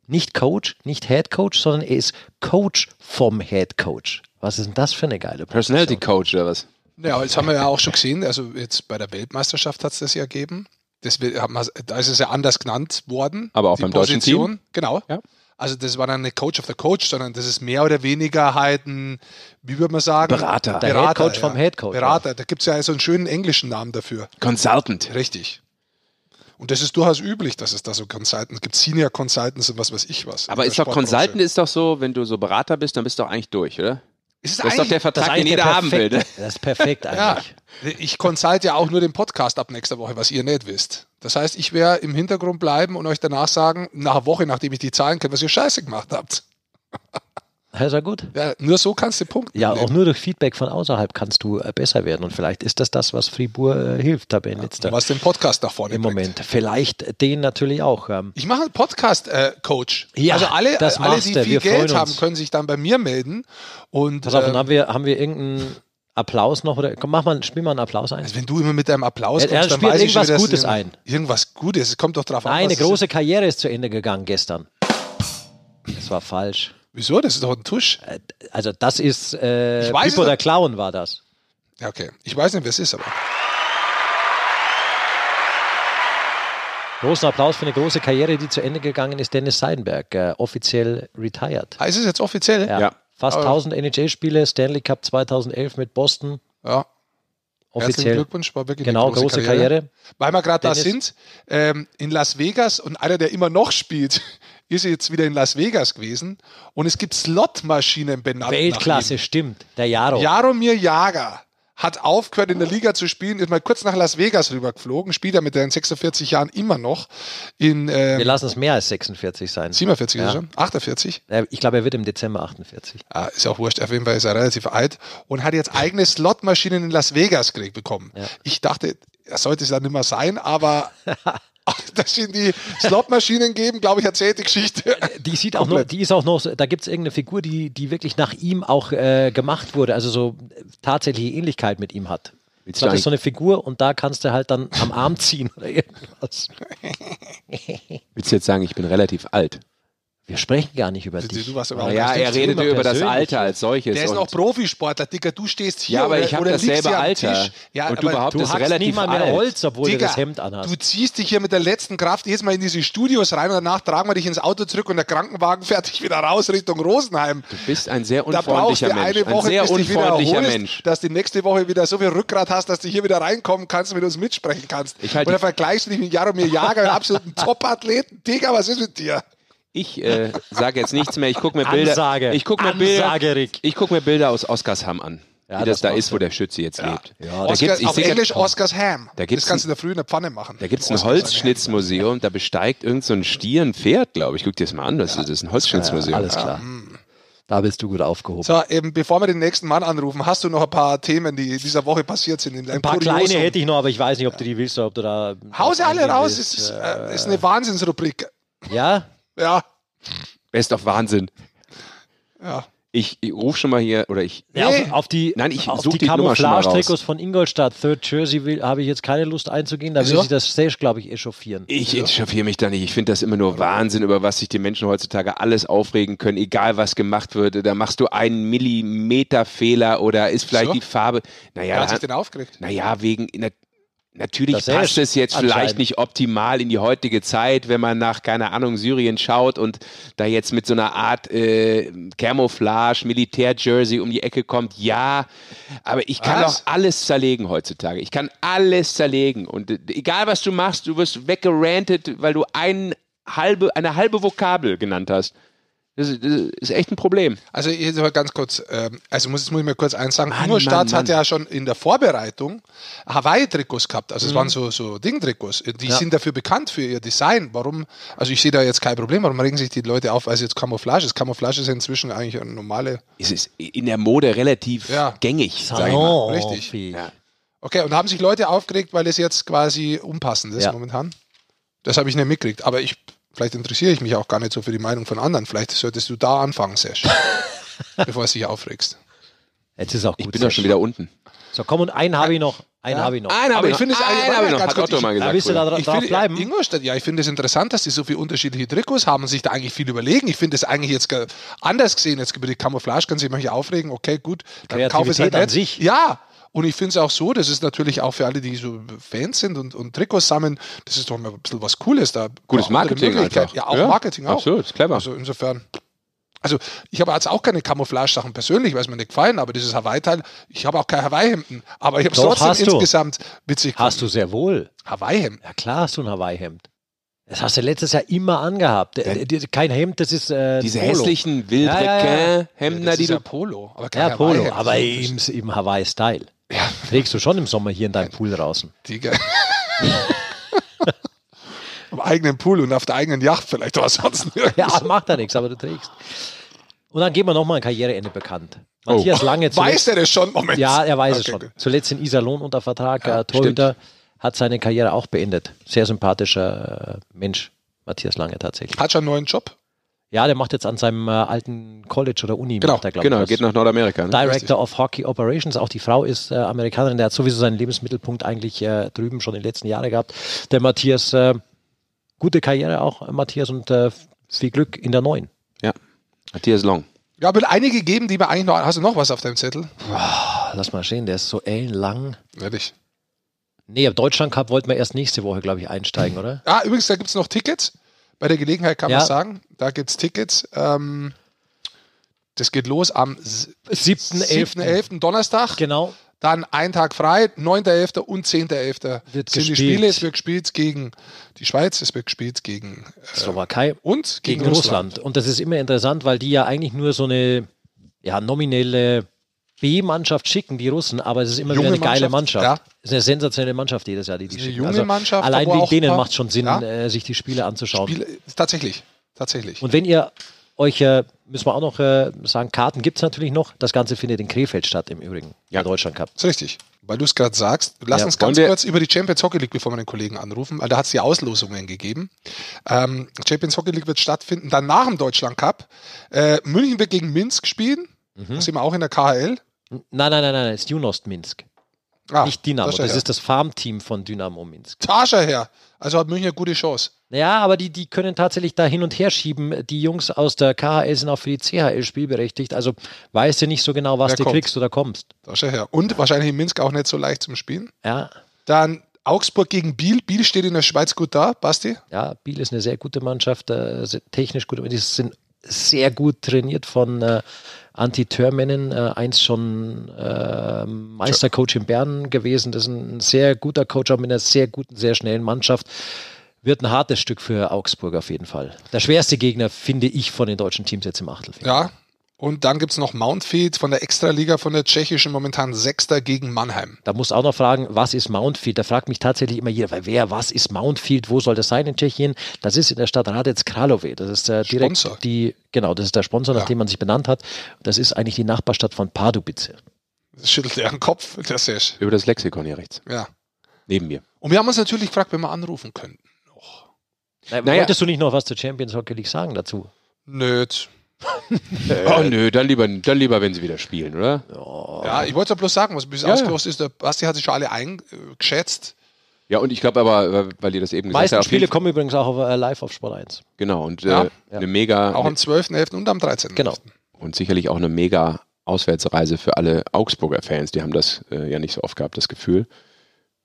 Speaker 2: Nicht Coach, nicht Head Coach, sondern er ist Coach vom Head Coach. Was ist denn das für eine geile
Speaker 3: Personality
Speaker 2: Position?
Speaker 3: Coach oder was?
Speaker 1: Ja, aber das haben wir ja auch schon gesehen. Also jetzt bei der Weltmeisterschaft hat es das ja gegeben. Das, wir- haben wir- da ist es ja anders genannt worden.
Speaker 3: Aber auch beim deutschen
Speaker 1: Team. Genau.
Speaker 3: Ja.
Speaker 1: Also das war dann nicht Coach of the Coach, sondern das ist mehr oder weniger halt ein, wie würde man sagen?
Speaker 3: Berater.
Speaker 2: Der Head Coach vom Head Coach.
Speaker 1: Berater. Da gibt es ja so einen schönen englischen Namen dafür.
Speaker 3: Consultant.
Speaker 1: Richtig. Und das ist durchaus üblich, dass es da so Consultants gibt. Senior Consultants und was weiß ich was.
Speaker 3: Aber
Speaker 1: In
Speaker 3: ist
Speaker 1: der
Speaker 3: doch
Speaker 1: Sportbranche.
Speaker 3: Consultant ist doch so, wenn du so Berater bist, dann bist du doch eigentlich durch, oder?
Speaker 1: Es ist
Speaker 3: Das ist doch der
Speaker 1: eigentlich-
Speaker 2: Das ist
Speaker 3: Vertrag, den
Speaker 2: eigentlich
Speaker 3: jeder
Speaker 2: der
Speaker 3: haben will.
Speaker 2: perfekte-
Speaker 3: Ne?
Speaker 2: Das
Speaker 3: <laughs>
Speaker 2: ist perfekt
Speaker 1: Ja,
Speaker 2: eigentlich.
Speaker 1: ich consulte ja auch nur den Podcast ab nächster Woche, was ihr nicht wisst. Das heißt, ich werde im Hintergrund bleiben und euch danach sagen, nach einer Woche, nachdem ich die Zahlen kenne, was ihr scheiße gemacht habt.
Speaker 2: Ja. Ist ja gut.
Speaker 1: Ja, nur so kannst du punkten.
Speaker 2: Ja,
Speaker 1: Nee.
Speaker 2: auch nur durch Feedback von außerhalb kannst du äh, besser werden. Und vielleicht ist das das, was Fribourg äh, hilft, da bin jetzt da
Speaker 1: was den Podcast nach vorne
Speaker 2: im
Speaker 1: bringt.
Speaker 2: Moment. Vielleicht den natürlich auch. Ähm,
Speaker 1: Ich mache einen Podcast-Coach.
Speaker 2: Ja,
Speaker 1: also alle,
Speaker 2: das
Speaker 1: alle die
Speaker 2: machst du.
Speaker 1: viel
Speaker 2: Wir
Speaker 1: Geld
Speaker 2: freuen
Speaker 1: haben,
Speaker 2: uns.
Speaker 1: können sich dann bei mir melden. Und
Speaker 2: Pass auf,
Speaker 1: äh,
Speaker 2: dann haben wir, haben wir irgendeinen Applaus noch oder komm, mach mal, spiel mal einen Applaus ein.
Speaker 1: also wenn du immer mit deinem Applaus
Speaker 2: Er- er
Speaker 1: kommst, dann
Speaker 2: spielt
Speaker 1: weiß ich schon
Speaker 2: irgendwas
Speaker 1: wieder, dass
Speaker 2: Gutes
Speaker 1: du-
Speaker 2: ein.
Speaker 1: Irgendwas Gutes. Es kommt doch drauf an.
Speaker 2: Nein, eine
Speaker 1: was es-
Speaker 2: große Karriere ist zu Ende gegangen gestern. Das war falsch.
Speaker 1: Wieso? Das ist doch ein Tusch.
Speaker 2: Äh, Also das ist äh,
Speaker 1: Ich weiß
Speaker 2: Pipo
Speaker 1: es-
Speaker 2: der Clown war das.
Speaker 1: Ja, okay. Ich weiß nicht, wer es ist, aber.
Speaker 2: Großen Applaus für eine große Karriere, die zu Ende gegangen ist. Dennis Seidenberg, äh, offiziell retired.
Speaker 1: Ah, ist es jetzt offiziell?
Speaker 2: Ja.
Speaker 3: Ja.
Speaker 2: Fast
Speaker 1: Aber-
Speaker 2: 1000 NHL-Spiele, Stanley Cup 2011 mit Boston,
Speaker 1: ja. Herzlichen
Speaker 2: offiziell.
Speaker 1: Glückwunsch, war wirklich
Speaker 2: Genau,
Speaker 1: eine große, Karriere. Weil wir gerade da
Speaker 2: Dennis.
Speaker 1: sind, ähm, in Las Vegas und einer, der immer noch spielt, <laughs> ist jetzt wieder in Las Vegas gewesen und es gibt Slotmaschinen benannt.
Speaker 2: Weltklasse, stimmt. Der Jaro.
Speaker 1: Nach ihm. Jaromir Jager hat aufgehört in der Liga zu spielen, ist mal kurz nach Las Vegas rübergeflogen, spielt er mit seinen 46 Jahren immer noch in
Speaker 2: Wir
Speaker 1: ähm,
Speaker 2: lassen es mehr als 46 sein.
Speaker 1: 47 ist
Speaker 2: Ja.
Speaker 1: er schon, 48.
Speaker 2: Äh, Ich glaube, er wird im Dezember 48.
Speaker 1: Ah, ist auch wurscht, auf jeden Fall ist er relativ alt und hat jetzt eigene Slotmaschinen in Las Vegas gekriegt bekommen.
Speaker 2: Ja.
Speaker 1: Ich dachte, das sollte es dann nicht mehr sein, <laughs> aber dass ihnen die Slotmaschinen geben, glaube ich, erzählt die Geschichte. <laughs>
Speaker 2: Die sieht auch noch, die ist auch noch, so- da gibt es irgendeine Figur, die, die wirklich nach ihm auch äh, gemacht wurde, also so äh, tatsächliche Ähnlichkeit mit ihm hat.
Speaker 3: Willst
Speaker 2: So,
Speaker 3: du
Speaker 2: Das ist so
Speaker 3: eigentlich-
Speaker 2: eine Figur und da kannst du halt dann am Arm ziehen oder irgendwas.
Speaker 3: Willst du jetzt sagen, ich bin relativ alt?
Speaker 2: Wir sprechen gar nicht über
Speaker 1: Du-
Speaker 2: dich.
Speaker 1: du warst überhaupt-
Speaker 2: Weil-
Speaker 1: Ja,
Speaker 3: Ja,
Speaker 1: stimmt,
Speaker 3: er redet
Speaker 2: Thema
Speaker 3: über das
Speaker 2: persönlich.
Speaker 3: Alter als solches.
Speaker 1: Der ist
Speaker 3: und-
Speaker 1: noch Profisportler, Dicker, du stehst hier
Speaker 3: Ja, aber
Speaker 1: oder,
Speaker 3: ich hab
Speaker 1: oder
Speaker 3: dasselbe
Speaker 1: liegst hier am
Speaker 3: Alter.
Speaker 1: Tisch. Ja,
Speaker 3: Und du
Speaker 1: aber
Speaker 3: behauptest-
Speaker 2: Du
Speaker 3: ist
Speaker 2: hast
Speaker 3: relativ
Speaker 2: nicht mal mehr
Speaker 3: alt.
Speaker 2: Holz, obwohl
Speaker 1: Digga,
Speaker 2: du das Hemd anhast.
Speaker 1: du ziehst dich hier mit der letzten Kraft jedes Mal in diese Studios rein und danach tragen wir dich ins Auto zurück und der Krankenwagen fährt dich wieder raus Richtung Rosenheim.
Speaker 3: Du bist ein sehr
Speaker 1: Da brauchst du
Speaker 3: unfreundlicher Mensch.
Speaker 1: eine
Speaker 3: Ein
Speaker 1: Woche,
Speaker 3: sehr
Speaker 1: bis dich wieder
Speaker 3: unfreundlicher
Speaker 1: erholst,
Speaker 3: Mensch.
Speaker 1: dass du nächste Woche wieder so viel Rückgrat hast, dass du hier wieder reinkommen kannst und mit uns mitsprechen kannst.
Speaker 3: Ich halt
Speaker 1: und dann
Speaker 3: die-
Speaker 1: vergleichst du dich mit Jaromir Jager, einem
Speaker 3: <laughs>
Speaker 1: absoluten Top-Athleten. Digga, was ist mit dir?
Speaker 3: Ich äh, sage jetzt nichts mehr. Ich gucke mir Bilder.
Speaker 2: Ansage.
Speaker 3: Ich gucke mir
Speaker 2: Ansage,
Speaker 3: Bilder.
Speaker 2: Rick.
Speaker 3: Ich guck mir Bilder aus Oskarsham an.
Speaker 2: Ja,
Speaker 3: wie das,
Speaker 2: das
Speaker 3: da
Speaker 2: macht
Speaker 3: ist, wo
Speaker 2: Sinn.
Speaker 3: der Schütze jetzt lebt.
Speaker 2: Ja,
Speaker 3: da
Speaker 1: Oscar,
Speaker 3: gibt's, ich
Speaker 1: auf
Speaker 3: sicher-
Speaker 1: Englisch Oscars Ham.
Speaker 3: Da gibt's
Speaker 1: das kannst du in der Früh in der Pfanne machen.
Speaker 3: Da gibt es ein
Speaker 1: Oscars
Speaker 3: Holzschnitzmuseum, da besteigt irgend so ein Stier ein Pferd, glaube ich. Guck dir das mal an, das ist das ist ein Holzschnitzmuseum.
Speaker 2: Alles klar. Da bist du gut aufgehoben.
Speaker 1: hm. So, eben, bevor wir den nächsten Mann anrufen, hast du noch ein paar Themen, die in dieser Woche passiert sind?
Speaker 2: Ein paar kleine hätte ich noch, aber ich weiß nicht, ob du die willst oder ob du da.
Speaker 1: Hau sie alle raus,
Speaker 2: Willst.
Speaker 1: ist, äh, ist eine Wahnsinnsrubrik.
Speaker 2: Ja?
Speaker 1: Ja,
Speaker 3: Best of Wahnsinn.
Speaker 1: ja.
Speaker 3: Ich, ich rufe schon mal hier, oder ich.
Speaker 2: Ja,
Speaker 1: Nee.
Speaker 2: auf, auf die,
Speaker 3: Nein, ich
Speaker 2: auf
Speaker 3: such
Speaker 2: die
Speaker 3: die Nummer schon mal raus.
Speaker 2: Camouflage-Trikots von Ingolstadt, Third Jersey, will- habe ich jetzt keine Lust einzugehen. Da will
Speaker 1: Wieso?
Speaker 2: sich das Stage, glaube ich, echauffieren.
Speaker 3: Ich echauffiere mich da nicht. Ich finde das immer nur Wahnsinn, über was sich die Menschen heutzutage alles aufregen können, egal was gemacht wird. Da machst du einen Millimeter Fehler oder ist vielleicht
Speaker 1: So?
Speaker 3: die Farbe.
Speaker 1: Wer
Speaker 3: Naja,
Speaker 1: hat sich denn aufgeregt?
Speaker 3: naja, wegen. Na, Natürlich
Speaker 2: Das
Speaker 3: passt
Speaker 2: ist
Speaker 3: es jetzt vielleicht
Speaker 2: anscheinend.
Speaker 3: nicht optimal in die heutige Zeit, wenn man nach, keine Ahnung, Syrien schaut und da jetzt mit so einer Art äh, Camouflage, Militär-Jersey um die Ecke kommt. Ja, aber ich kann
Speaker 1: Was?
Speaker 3: auch alles zerlegen heutzutage. Ich kann alles zerlegen. Und äh, egal, was du machst, du wirst weggerantet, weil du ein halbe, eine halbe Vokabel genannt hast. Das ist, das ist echt ein Problem.
Speaker 1: Also jetzt aber ganz kurz, ähm, also muss, jetzt muss ich mir kurz eins sagen,
Speaker 3: Mann,
Speaker 1: Ingolstadt
Speaker 3: Mann,
Speaker 1: hat ja schon in der Vorbereitung Hawaii-Trikots gehabt, also
Speaker 3: Mhm.
Speaker 1: es waren so, so Ding-Trikots, die sind dafür bekannt für ihr Design, warum, also ich sehe da jetzt kein Problem, warum regen sich die Leute auf, weil es jetzt Camouflage ist, Camouflage ist ja inzwischen eigentlich eine normale,
Speaker 3: Es ist in der Mode relativ
Speaker 1: Ja.
Speaker 3: gängig. Sag ich mal.
Speaker 2: Salon,
Speaker 1: richtig.
Speaker 2: Fee.
Speaker 3: Ja.
Speaker 1: okay, und haben sich Leute aufgeregt, weil es jetzt quasi unpassend ist
Speaker 2: Ja.
Speaker 1: momentan, das habe ich nicht mitgekriegt, aber ich, vielleicht interessiere ich mich auch gar nicht so für die Meinung von anderen, vielleicht solltest du da anfangen,
Speaker 3: <laughs>
Speaker 1: Sesh, bevor du dich aufregst.
Speaker 2: Jetzt ist auch gut.
Speaker 3: Ich bin doch schon wieder unten.
Speaker 2: So, komm, und einen habe ich noch. Einen habe ich noch.
Speaker 3: Einen habe
Speaker 1: Aber
Speaker 3: ich
Speaker 1: ich finde
Speaker 3: noch.
Speaker 1: es eigentlich-
Speaker 3: Einen habe ich noch.
Speaker 1: ganz
Speaker 3: Hat
Speaker 1: kurz,
Speaker 3: Otto
Speaker 1: ich-
Speaker 3: mal
Speaker 2: Da
Speaker 3: gesagt.
Speaker 2: willst du da
Speaker 3: früher.
Speaker 2: dra
Speaker 1: Ich
Speaker 2: drauf
Speaker 1: finde, äh,
Speaker 2: bleiben?
Speaker 1: Ingolstadt, ja, ich finde es interessant, dass die so viele unterschiedliche Trikots haben und sich da eigentlich viel überlegen. Ich finde es eigentlich jetzt ge- anders gesehen. Jetzt über die Camouflage kann sich manche aufregen. Okay, gut, dann
Speaker 2: Kreativität
Speaker 1: kaufe ich es halt
Speaker 2: an
Speaker 1: nicht.
Speaker 2: sich.
Speaker 1: Ja, und ich finde es auch so, das ist natürlich auch für alle, die so Fans sind und, und Trikots sammeln, das ist doch mal ein bisschen was Cooles da. Ja,
Speaker 3: Gutes
Speaker 1: andere
Speaker 3: Marketing
Speaker 1: Möglichkeit.
Speaker 3: einfach.
Speaker 1: Ja, auch Marketing auch.
Speaker 3: Absolut, ist clever.
Speaker 1: Also insofern. Also ich habe jetzt auch keine Camouflage-Sachen persönlich, weil es mir nicht gefallen, aber dieses Hawaii-Teil, ich habe auch keine Hawaii-Hemden, aber ich habe es
Speaker 2: Doch,
Speaker 1: trotzdem
Speaker 2: hast du.
Speaker 1: insgesamt witzig
Speaker 2: Hast du sehr wohl.
Speaker 1: Hawaii-Hemden.
Speaker 2: Ja klar hast du ein Hawaii-Hemd. Das hast du letztes Jahr immer angehabt. Äh, die- Kein Hemd, das ist äh,
Speaker 3: Diese
Speaker 2: Polo.
Speaker 3: hässlichen
Speaker 2: Ja, ja,
Speaker 3: Wildrequin-Hemden,
Speaker 1: Das
Speaker 3: die
Speaker 1: ist ja
Speaker 3: du.
Speaker 1: Polo, aber kein
Speaker 2: Ja, Polo,
Speaker 1: Hawaii-Hemd.
Speaker 2: aber im, im Hawaii-Style. Trägst du schon im Sommer hier in deinem Pool draußen.
Speaker 1: Die ge- <laughs> Am eigenen Pool und auf der eigenen Yacht vielleicht, aber sonst nirgends.
Speaker 2: <laughs> Ja, macht da nichts, aber du trägst. Und dann geben wir nochmal ein Karriereende bekannt. Matthias Lange
Speaker 1: Oh. <laughs> Weiß
Speaker 2: zuletzt,
Speaker 1: der das schon? Moment.
Speaker 2: Ja, er weiß es
Speaker 1: Okay,
Speaker 2: schon.
Speaker 1: gut.
Speaker 2: Zuletzt in Iserlohn unter Vertrag, äh, Torhüter, hat seine Karriere auch beendet. Sehr sympathischer äh, Mensch, Matthias Lange tatsächlich.
Speaker 1: Hat schon einen neuen Job.
Speaker 2: Ja, der macht jetzt an seinem äh, alten College oder Uni
Speaker 1: Genau,
Speaker 2: mit, der, glaub ich,
Speaker 3: Genau,
Speaker 2: was.
Speaker 3: geht nach Nordamerika. Ne?
Speaker 2: Director of Hockey Operations. Auch die Frau ist äh, Amerikanerin. Der hat sowieso seinen Lebensmittelpunkt eigentlich äh, drüben schon in den letzten Jahren gehabt. Der Matthias, äh, gute Karriere auch, äh, Matthias, und äh, viel Glück in der neuen.
Speaker 3: Ja. Matthias Long.
Speaker 1: Ja, aber einige geben, die wir eigentlich noch. Hast du noch was auf deinem Zettel?
Speaker 2: Ah, Lass mal stehen, der ist so ellenlang.
Speaker 1: Ehrlich.
Speaker 2: Nee, im Deutschland Cup wollten wir erst nächste Woche, glaube ich, einsteigen, oder?
Speaker 1: Ah, übrigens, da gibt es noch Tickets. Bei der Gelegenheit kann
Speaker 2: Ja.
Speaker 1: man sagen, da gibt es Tickets. Ähm, das geht los am s-
Speaker 2: 7.11.
Speaker 1: 7.11. Donnerstag.
Speaker 2: Genau.
Speaker 1: Dann ein Tag frei, 9.11. und 10.11.
Speaker 2: Wird
Speaker 1: sind die
Speaker 2: gespielt.
Speaker 1: Spiele. Es wird gespielt gegen die Schweiz, es wird gespielt gegen äh,
Speaker 2: Slowakei
Speaker 1: und
Speaker 2: gegen Russland. Und das ist immer interessant, weil die ja eigentlich nur so eine ja, nominelle B-Mannschaft schicken, die Russen, aber es ist immer
Speaker 1: Junge
Speaker 2: wieder eine geile
Speaker 1: Mannschaft,
Speaker 2: Mannschaft.
Speaker 1: ja.
Speaker 2: Es ist eine sensationelle Mannschaft jedes Jahr, die die
Speaker 1: Eine
Speaker 2: schicken. Also
Speaker 1: junge Mannschaft,
Speaker 2: allein
Speaker 1: aber
Speaker 2: wegen
Speaker 1: auch
Speaker 2: denen
Speaker 1: paar-
Speaker 2: macht es schon Sinn,
Speaker 1: ja.
Speaker 2: äh, sich die Spiele anzuschauen.
Speaker 1: Spiele, tatsächlich, tatsächlich.
Speaker 2: Und wenn ihr euch, äh, müssen wir auch noch äh, sagen, Karten gibt es natürlich noch. Das Ganze findet in Krefeld statt im Übrigen,
Speaker 3: Ja.
Speaker 2: im Deutschland Cup.
Speaker 1: ist richtig. Weil du es gerade sagst, lass
Speaker 2: Ja,
Speaker 1: uns ganz
Speaker 3: wollen wir-
Speaker 1: kurz über die Champions Hockey League, bevor wir den Kollegen anrufen, weil da hat es ja Auslosungen gegeben. Ähm, Champions Hockey League wird stattfinden, dann nach dem Deutschland Cup. Äh, München wird gegen Minsk spielen.
Speaker 2: Mhm.
Speaker 1: Da sind wir auch in der KHL.
Speaker 2: Nein, nein, nein, nein, es ist Junost Minsk.
Speaker 1: Ah,
Speaker 2: Nicht Dynamo,
Speaker 1: Da ist er
Speaker 2: das
Speaker 1: her.
Speaker 2: ist das Farmteam von Dynamo Minsk.
Speaker 1: Da ist er her. Also hat München eine gute Chance.
Speaker 2: Ja, aber die, die können tatsächlich da hin und her schieben. Die Jungs aus der KHL sind auch für die CHL spielberechtigt. Also weißt du nicht so genau, was
Speaker 1: Wer
Speaker 2: du
Speaker 1: kommt?
Speaker 2: kriegst oder kommst.
Speaker 1: Da ist er her. Und wahrscheinlich in Minsk auch nicht so leicht zum Spielen.
Speaker 2: Ja,
Speaker 1: Dann Augsburg gegen Biel. Biel steht in der Schweiz gut da, Basti.
Speaker 2: ja, Biel ist eine sehr gute Mannschaft, äh, se- technisch gut, aber die sind sehr gut trainiert von äh, Antti Törmänen, äh, einst schon äh, Meistercoach in Bern gewesen. Das ist ein sehr guter Coach, auch mit einer sehr guten, sehr schnellen Mannschaft. Wird ein hartes Stück für Augsburg auf jeden Fall. Der schwerste Gegner, finde ich, von den deutschen Teams jetzt im Achtelfinale.
Speaker 1: Ja. Und dann gibt es noch Mountfield von der Extraliga, von der tschechischen, momentan Sechster gegen Mannheim.
Speaker 2: Da musst du auch noch fragen, was ist Mountfield? Da fragt mich tatsächlich immer jeder, weil wer, was ist Mountfield? Wo soll das sein in Tschechien? Das ist in der Stadt Hradec Králové. Das ist äh, direkt
Speaker 1: Sponsor.
Speaker 2: die, genau, das ist der Sponsor, nach
Speaker 1: Ja.
Speaker 2: dem man sich benannt hat. Das ist eigentlich die Nachbarstadt von Pardubice.
Speaker 1: Das schüttelt er den Kopf, <laughs> der Sesh.
Speaker 3: Über das Lexikon hier rechts.
Speaker 1: Ja.
Speaker 3: Neben mir.
Speaker 1: Und wir haben uns natürlich gefragt, wenn wir anrufen könnten. Och,
Speaker 3: Naja.
Speaker 2: Wolltest du nicht noch was zur Champions Hockey League sagen dazu?
Speaker 1: nöt.
Speaker 3: Oh nö, dann lieber, dann lieber, wenn sie wieder spielen, oder?
Speaker 2: Oh.
Speaker 1: Ja, ich wollte ja bloß sagen, was bis
Speaker 3: Ja, ja.
Speaker 1: ausgelost ist, der Basti hat sich schon alle eingeschätzt.
Speaker 3: Ja, und ich glaube aber, weil ihr das eben
Speaker 2: Die
Speaker 3: gesagt
Speaker 2: meisten
Speaker 3: habt, auf
Speaker 2: Spiele
Speaker 3: jeden Fall-
Speaker 2: kommen übrigens auch auf, äh, live auf Sport 1.
Speaker 3: Genau, und
Speaker 1: Ja.
Speaker 3: äh, eine mega.
Speaker 1: Auch am 12.11. und am 13.
Speaker 2: Genau.
Speaker 3: und sicherlich auch eine mega Auswärtsreise für alle Augsburger Fans. Die haben das äh, ja nicht so oft gehabt, das Gefühl.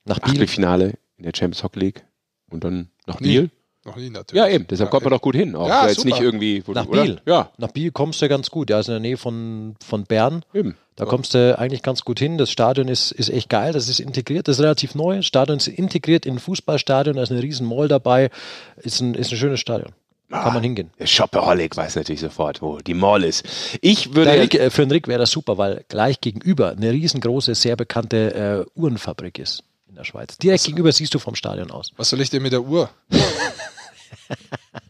Speaker 2: Nach Biel.
Speaker 3: Achtelfinale in der Champions Hockey League und dann nach
Speaker 1: Nie.
Speaker 3: Biel.
Speaker 1: Noch nie natürlich.
Speaker 3: Ja, eben, deshalb kommt man doch gut hin. Auch
Speaker 1: Ja,
Speaker 3: jetzt
Speaker 1: super.
Speaker 3: nicht irgendwie. wo
Speaker 2: Nach
Speaker 3: du- oder?
Speaker 2: Biel.
Speaker 3: Ja,
Speaker 2: Nach Biel kommst du ja ganz gut. Ja, ist in der Nähe von, von Bern.
Speaker 3: eben.
Speaker 2: Da kommst du eigentlich ganz gut hin. Das Stadion ist, ist echt geil. Das ist integriert, das ist relativ neu. Das Stadion ist integriert in ein Fußballstadion. Da ist eine riesen Mall dabei. Ist ein, ist ein schönes Stadion.
Speaker 1: Ah.
Speaker 2: Kann man hingehen.
Speaker 3: Der Shopaholic weiß natürlich sofort, wo die Mall ist. Ich würde.
Speaker 2: Der Rick, äh, für den Rick wäre das super, weil gleich gegenüber eine riesengroße, sehr bekannte äh, Uhrenfabrik ist in der Schweiz. Direkt gegenüber siehst du vom Stadion aus.
Speaker 1: Was soll ich denn mit der Uhr?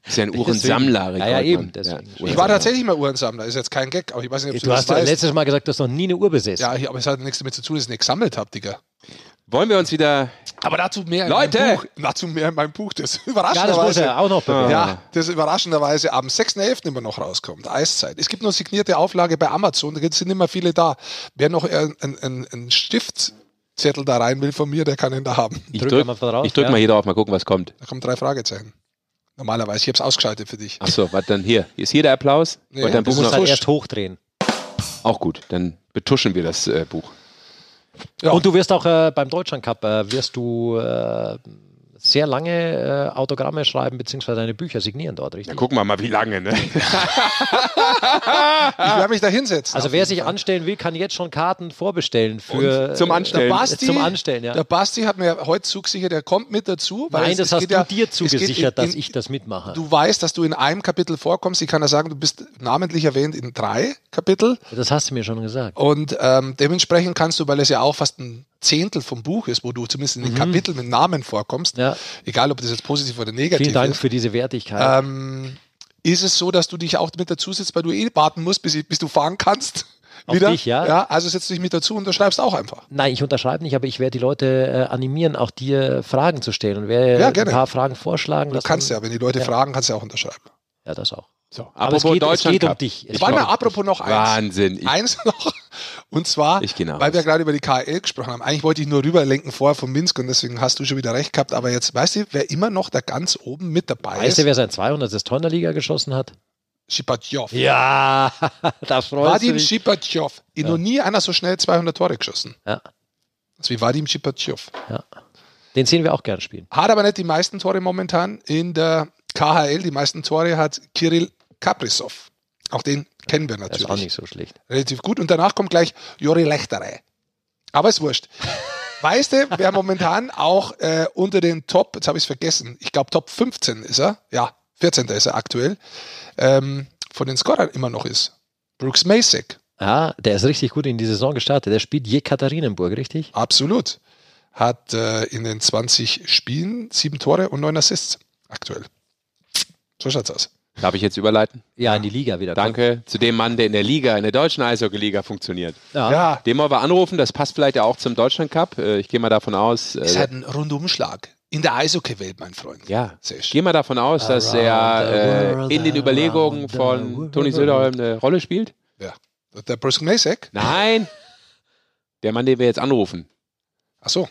Speaker 3: ist ja ein Uhrensammler.
Speaker 2: Ja, ja,
Speaker 3: Rick
Speaker 2: eben,
Speaker 3: Holtmann.
Speaker 2: deswegen. Ich
Speaker 1: Ich war
Speaker 3: genau.
Speaker 1: tatsächlich mal Uhrensammler. Ist jetzt kein Gag, aber ich weiß nicht, ob du,
Speaker 2: Du
Speaker 1: das
Speaker 2: hast ja
Speaker 1: weißt.
Speaker 2: letztes Mal gesagt, dass du noch nie eine Uhr besäßt.
Speaker 1: Ja, ich- aber es hat nichts damit zu tun, dass ich nicht gesammelt habe, Digga.
Speaker 3: Wollen wir uns wieder.
Speaker 1: Aber dazu mehr in
Speaker 3: Leute!
Speaker 1: meinem Buch. Dazu mehr in meinem Buch. Das <laughs> ist
Speaker 2: Ja, das muss
Speaker 1: überraschenderweise.
Speaker 2: er auch noch bewerben.
Speaker 1: Ja, das ist überraschenderweise am 6.11. immer noch rauskommt. Eiszeit. Es gibt nur signierte Auflage bei Amazon, da sind immer viele da. Wer noch einen ein, ein Stiftzettel da rein will von mir, der kann ihn da haben.
Speaker 3: Ich
Speaker 2: Drück
Speaker 3: drück,
Speaker 2: einmal drauf,
Speaker 3: ich drück
Speaker 2: ja.
Speaker 3: mal hier drauf, mal gucken, was kommt.
Speaker 1: Da kommen drei Fragezeichen. Normalerweise, ich habe es ausgeschaltet für dich.
Speaker 3: Achso, was dann hier? Ist hier der Applaus?
Speaker 1: Nee.
Speaker 3: Wollt ihr ein
Speaker 2: Du
Speaker 3: bisschen
Speaker 2: musst
Speaker 3: noch-
Speaker 2: halt erst hochdrehen.
Speaker 3: Auch gut, dann betuschen wir das äh, Buch.
Speaker 1: Ja.
Speaker 2: Und du wirst auch äh, beim Deutschland Cup, äh, wirst du äh, sehr lange äh, Autogramme schreiben, beziehungsweise deine Bücher signieren dort, richtig?
Speaker 3: Dann gucken wir mal, wie lange, <laughs> ne?
Speaker 1: Ich werde mich da hinsetzen.
Speaker 2: Ah. also wer sich anstellen will, kann jetzt schon Karten vorbestellen für
Speaker 3: zum
Speaker 2: äh,
Speaker 3: Anstellen.
Speaker 1: Der
Speaker 2: äh,
Speaker 1: Basti,
Speaker 2: zum Anstellen, ja.
Speaker 1: Der Basti hat mir heute zugesichert, der kommt mit dazu. weil
Speaker 2: Nein,
Speaker 1: es-
Speaker 2: das
Speaker 1: es
Speaker 2: hast
Speaker 1: geht
Speaker 2: du
Speaker 1: ja-
Speaker 2: dir
Speaker 1: es geht
Speaker 2: zugesichert,
Speaker 1: in-
Speaker 2: dass
Speaker 1: in-
Speaker 2: ich das mitmache.
Speaker 1: Du weißt, dass du in einem Kapitel vorkommst. Ich kann ja sagen, du bist namentlich erwähnt in drei Kapitel.
Speaker 2: das hast du mir schon gesagt.
Speaker 1: Und ähm, dementsprechend kannst du, weil es ja auch fast ein Zehntel vom Buch ist, wo du zumindest in den Kapiteln mit Namen vorkommst,
Speaker 2: Mhm. Ja.
Speaker 1: egal ob das jetzt positiv oder negativ
Speaker 2: Vielen Dank
Speaker 1: ist,
Speaker 2: für diese Wertigkeit.
Speaker 1: Ähm. ist es so, dass du dich auch mit dazu sitzt, weil du eh warten musst, bis, ich, bis du fahren kannst.
Speaker 2: Auf dich, ja.
Speaker 1: ja. Also setzt dich mit dazu und du schreibst auch einfach.
Speaker 2: Nein, ich unterschreibe nicht, aber ich werde die Leute äh, animieren, auch dir Fragen zu stellen und werde
Speaker 1: Ja,
Speaker 2: ein
Speaker 1: gerne.
Speaker 2: paar Fragen vorschlagen.
Speaker 1: Du kannst ja, wenn die Leute fragen, kannst du ja auch unterschreiben.
Speaker 2: Ja, das auch.
Speaker 3: So,
Speaker 2: Aber es
Speaker 3: apropos
Speaker 2: geht, es
Speaker 3: Deutschland
Speaker 2: geht um
Speaker 3: Cup.
Speaker 2: dich. Es
Speaker 1: Ich war
Speaker 2: geht
Speaker 1: mal
Speaker 2: um dich.
Speaker 1: apropos noch eins.
Speaker 3: Wahnsinn. Ich,
Speaker 1: Eins noch. Und zwar,
Speaker 3: Ich geh nach
Speaker 1: weil
Speaker 3: Hause.
Speaker 1: wir gerade über die KL gesprochen haben. Eigentlich wollte ich nur rüberlenken vorher von Minsk und deswegen hast du schon wieder recht gehabt. Aber jetzt, weißt du, wer immer noch da ganz oben mit dabei
Speaker 2: Weißt du,
Speaker 1: ist?
Speaker 2: wer sein 200. Tor in der Liga geschossen hat?
Speaker 1: Schipatjow.
Speaker 2: Ja, <laughs> da freust du
Speaker 1: Vadim
Speaker 2: dich.
Speaker 1: Schipatjow. In Noch nie einer so schnell 200 Tore geschossen.
Speaker 2: Ja,
Speaker 1: Das ist wie Vadim Schipatjow.
Speaker 2: den sehen wir auch gern spielen.
Speaker 1: Hat aber nicht die meisten Tore momentan in der KHL. Die meisten Tore hat Kirill Kaprizov. Auch den kennen wir
Speaker 2: Das
Speaker 1: natürlich.
Speaker 2: ist auch nicht so schlecht.
Speaker 1: relativ gut. Und danach kommt gleich Jori Lechterei. Aber ist wurscht. Weißt du, wer momentan auch äh, unter den Top, jetzt habe ich es vergessen, ich glaube Top 15 ist er, ja, 14. ist er aktuell, ähm, von den Scorern immer noch ist? Brooks Masek,
Speaker 2: Ja, der ist richtig gut in die Saison gestartet. Der spielt Jekaterinenburg, richtig?
Speaker 1: absolut. Hat äh, in den 20 Spielen sieben Tore und neun Assists aktuell. So schaut's aus.
Speaker 3: darf ich jetzt überleiten?
Speaker 2: Ja, in die Liga wieder.
Speaker 3: Danke zu dem Mann, der in der Liga, in der deutschen Eishockey-Liga funktioniert.
Speaker 2: Ja.
Speaker 1: Ja,
Speaker 3: Den wollen wir anrufen, das passt vielleicht ja auch zum Deutschland Cup. Äh, Ich gehe mal davon aus.
Speaker 1: ist
Speaker 3: Äh,
Speaker 1: halt ein Rundumschlag. In der Eishockey-Welt, mein Freund.
Speaker 3: ja.
Speaker 1: Sehr
Speaker 3: Ich
Speaker 1: schön.
Speaker 3: gehe mal davon aus, dass
Speaker 2: Around the
Speaker 3: er
Speaker 2: world,
Speaker 3: äh, in den Überlegungen
Speaker 2: around the
Speaker 3: von
Speaker 2: world.
Speaker 3: Toni Söderholm eine Rolle spielt.
Speaker 1: Ja. Der Brooks Masek,
Speaker 3: Nein! Der Mann, den wir jetzt anrufen.
Speaker 1: ach so,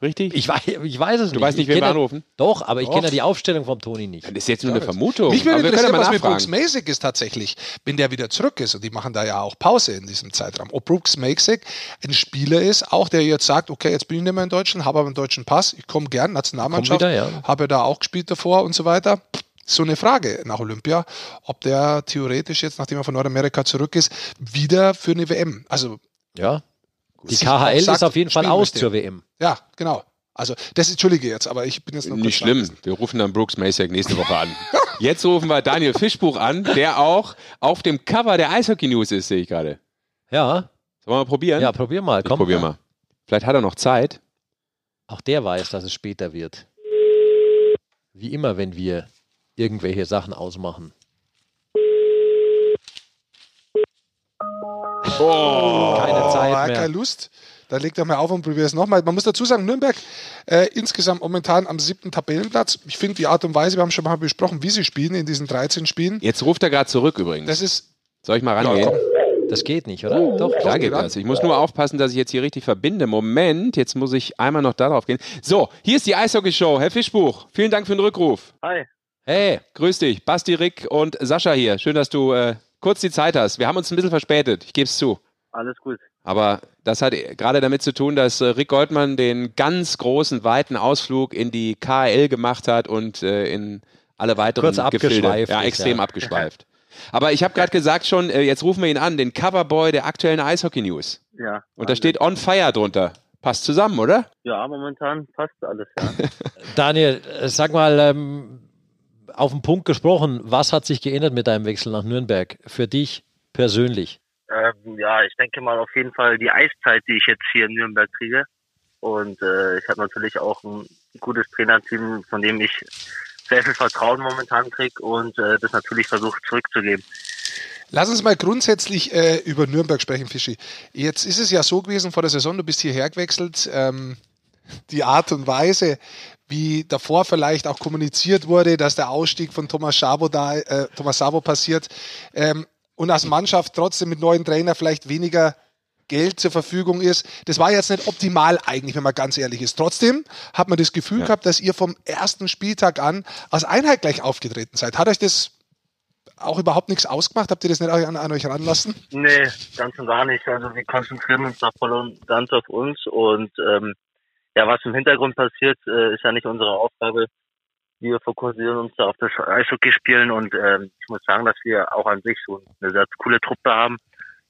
Speaker 3: Richtig?
Speaker 2: Ich, weiß, ich weiß es nicht.
Speaker 3: du weißt nicht,
Speaker 2: Ich
Speaker 3: wen wir
Speaker 2: kenn-
Speaker 3: anrufen? Äh,
Speaker 2: Doch, aber ich
Speaker 1: Doch.
Speaker 2: kenne ja die Aufstellung vom Toni nicht.
Speaker 3: Das ist jetzt nur eine Vermutung.
Speaker 1: Mich würde
Speaker 3: aber wir können ja
Speaker 1: interessieren,
Speaker 3: mal
Speaker 1: was mit Brooks
Speaker 3: nachfragen.
Speaker 1: Masek ist tatsächlich, wenn der wieder zurück ist. Und die machen da ja auch Pause in diesem Zeitraum. Ob Brooks Masek ein Spieler ist, auch der jetzt sagt, okay, jetzt bin ich nicht mehr in Deutschland, habe aber einen deutschen Pass, ich komme gern, Nationalmannschaft,
Speaker 2: Komm wieder, ja.
Speaker 1: habe ja da auch gespielt davor und so weiter. So eine Frage nach Olympia, ob der theoretisch jetzt, nachdem er von Nordamerika zurück ist, wieder für eine WM. Also
Speaker 2: Ja. Die
Speaker 1: Sie-
Speaker 2: KHL
Speaker 1: sagt,
Speaker 2: ist auf jeden Fall
Speaker 1: spielen
Speaker 2: aus
Speaker 1: möchte.
Speaker 2: zur WM.
Speaker 1: ja, genau. Also das entschuldige jetzt, aber ich bin jetzt noch
Speaker 3: Nicht schlimm. Wir rufen dann Brooks Masek nächste Woche an. <laughs> Jetzt rufen wir Daniel Fischbuch an, der auch auf dem Cover der Eishockey News ist, sehe ich gerade.
Speaker 2: Ja.
Speaker 3: Sollen wir mal probieren?
Speaker 2: Ja, probier mal. Komm.
Speaker 3: ich probier mal. Vielleicht hat er noch Zeit.
Speaker 2: Auch der weiß, dass es später wird. Wie immer, wenn wir irgendwelche Sachen ausmachen. Keine
Speaker 1: Ah,
Speaker 2: Zeit mehr.
Speaker 1: keine Lust. Dann legt er mal auf und probiert es nochmal. Man muss dazu sagen, Nürnberg äh, insgesamt momentan am siebten Tabellenplatz. Ich finde die Art und Weise, wir haben schon mal besprochen, wie sie spielen in diesen 13 Spielen.
Speaker 3: Jetzt ruft er gerade zurück übrigens.
Speaker 1: Das ist,
Speaker 3: Soll ich mal
Speaker 1: ja,
Speaker 3: rangehen?
Speaker 1: komm,
Speaker 2: Das geht nicht, oder? Doch,
Speaker 3: Klar
Speaker 2: klar
Speaker 3: geht
Speaker 1: ran.
Speaker 3: das. Ich muss nur aufpassen, dass ich jetzt hier richtig verbinde. Moment, jetzt muss ich einmal noch darauf gehen. So, hier ist die Eishockey-Show. Herr Fischbuch, vielen Dank für den Rückruf.
Speaker 4: Hi.
Speaker 2: Hey,
Speaker 3: Grüß dich, Basti, Rick und Sascha hier. Schön, dass du äh, kurz die Zeit hast. Wir haben uns ein bisschen verspätet, ich gebe es zu.
Speaker 4: Alles gut.
Speaker 3: Aber Das hat gerade damit zu tun, dass äh, Rick Goldmann den ganz großen, weiten Ausflug in die KL gemacht hat und äh, in alle weiteren
Speaker 2: Kurz abgeschweift
Speaker 3: Ja,
Speaker 2: ist,
Speaker 3: extrem
Speaker 2: ja.
Speaker 3: abgeschweift. Aber ich habe gerade gesagt schon, äh, jetzt rufen wir ihn an, den Coverboy der aktuellen Eishockey News.
Speaker 5: Ja. also,
Speaker 3: Und da steht On Fire drunter. Passt zusammen, oder?
Speaker 5: Ja, momentan passt alles. Ja. <laughs>
Speaker 2: Daniel, äh, sag mal, ähm, auf den Punkt gesprochen, was hat sich geändert mit deinem Wechsel nach Nürnberg für dich persönlich?
Speaker 5: ähm, ja, ich denke mal auf jeden Fall die Eiszeit, die ich jetzt hier in Nürnberg kriege. Und äh, ich habe natürlich auch ein gutes Trainerteam, von dem ich sehr viel Vertrauen momentan kriege und äh, das natürlich versucht zurückzugeben.
Speaker 1: Lass uns mal grundsätzlich äh, über Nürnberg sprechen, Fischi. Jetzt ist es ja so gewesen vor der Saison, du bist hierher gewechselt. Ähm, die Art und Weise, wie davor vielleicht auch kommuniziert wurde, dass der Ausstieg von Thomas Sabo da, äh, Thomas Sabo passiert ähm, und als Mannschaft trotzdem mit neuen Trainer vielleicht weniger Geld zur Verfügung ist. Das war jetzt nicht optimal eigentlich, wenn man ganz ehrlich ist. Trotzdem hat man das Gefühl gehabt, dass ihr vom ersten Spieltag an als Einheit gleich aufgetreten seid. Hat euch das auch überhaupt nichts ausgemacht? Habt ihr das nicht an, an euch ranlassen?
Speaker 5: Nee, ganz und gar nicht. Also wir konzentrieren uns da voll und ganz auf uns und ähm, ja, was im Hintergrund passiert, äh, ist ja nicht unsere Aufgabe. Wir fokussieren uns da auf das Eishockey spielen und ähm, ich muss sagen, dass wir auch an sich so eine sehr coole Truppe haben.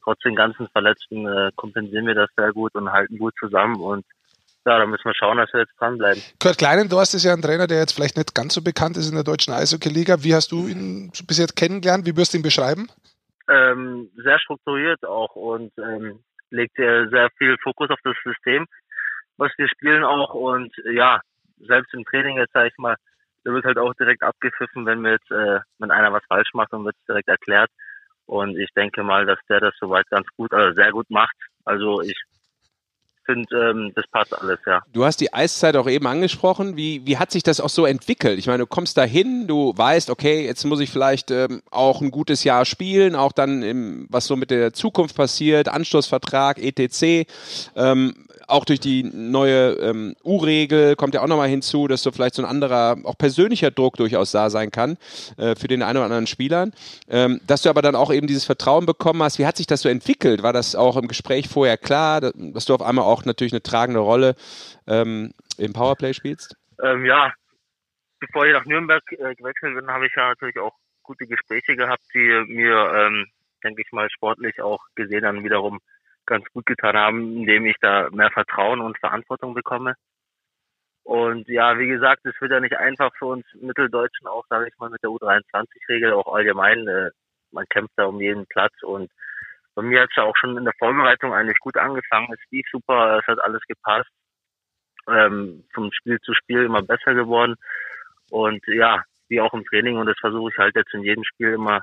Speaker 5: Trotz den ganzen Verletzten äh, kompensieren wir das sehr gut und halten gut zusammen und ja, da müssen wir schauen, dass wir jetzt dranbleiben.
Speaker 1: Kurt Kleinendorst ist ja ein Trainer, der jetzt vielleicht nicht ganz so bekannt ist in der deutschen Eishockey-Liga. Wie hast du ihn bis jetzt kennengelernt? Wie würdest du ihn beschreiben?
Speaker 5: ähm, sehr strukturiert auch und ähm, legt äh, sehr viel Fokus auf das System, was wir spielen auch und äh, ja, selbst im Training jetzt sage ich mal, da wird halt auch direkt abgepfiffen, wenn wir jetzt, äh, wenn einer was falsch macht und wird direkt erklärt und ich denke mal, dass der das soweit ganz gut, also sehr gut macht. Also ich finde, ähm, das passt alles, ja.
Speaker 3: Du hast die Eiszeit auch eben angesprochen. Wie, wie hat sich das auch so entwickelt? Ich meine, du kommst da hin, du weißt, okay, jetzt muss ich vielleicht ähm, auch ein gutes Jahr spielen, auch dann, im, was so mit der Zukunft passiert, Anschlussvertrag, etc. Ähm, auch durch die neue ähm, U-Regel kommt ja auch nochmal hinzu, dass so vielleicht so ein anderer, auch persönlicher Druck durchaus da sein kann äh, für den einen oder anderen Spielern. Ähm, dass du aber dann auch eben dieses Vertrauen bekommen hast, wie hat sich das so entwickelt? War das auch im Gespräch vorher klar, da- dass du auf einmal auch natürlich eine tragende Rolle ähm, im Powerplay spielst?
Speaker 5: Ähm, ja, bevor ich nach Nürnberg äh, gewechselt bin, habe ich ja natürlich auch gute Gespräche gehabt, die mir, ähm, denke ich mal, sportlich auch gesehen dann wiederum ganz gut getan haben, indem ich da mehr Vertrauen und Verantwortung bekomme. Und ja, wie gesagt, es wird ja nicht einfach für uns Mitteldeutschen auch, sage ich mal, mit der U23-Regel, auch allgemein. Äh, man kämpft da um jeden Platz und bei mir hat es ja auch schon in der Vorbereitung eigentlich gut angefangen. Es lief super, es hat alles gepasst ähm, vom Spiel zu Spiel immer besser geworden. Und ja, wie auch im Training. Und das versuche ich halt jetzt in jedem Spiel immer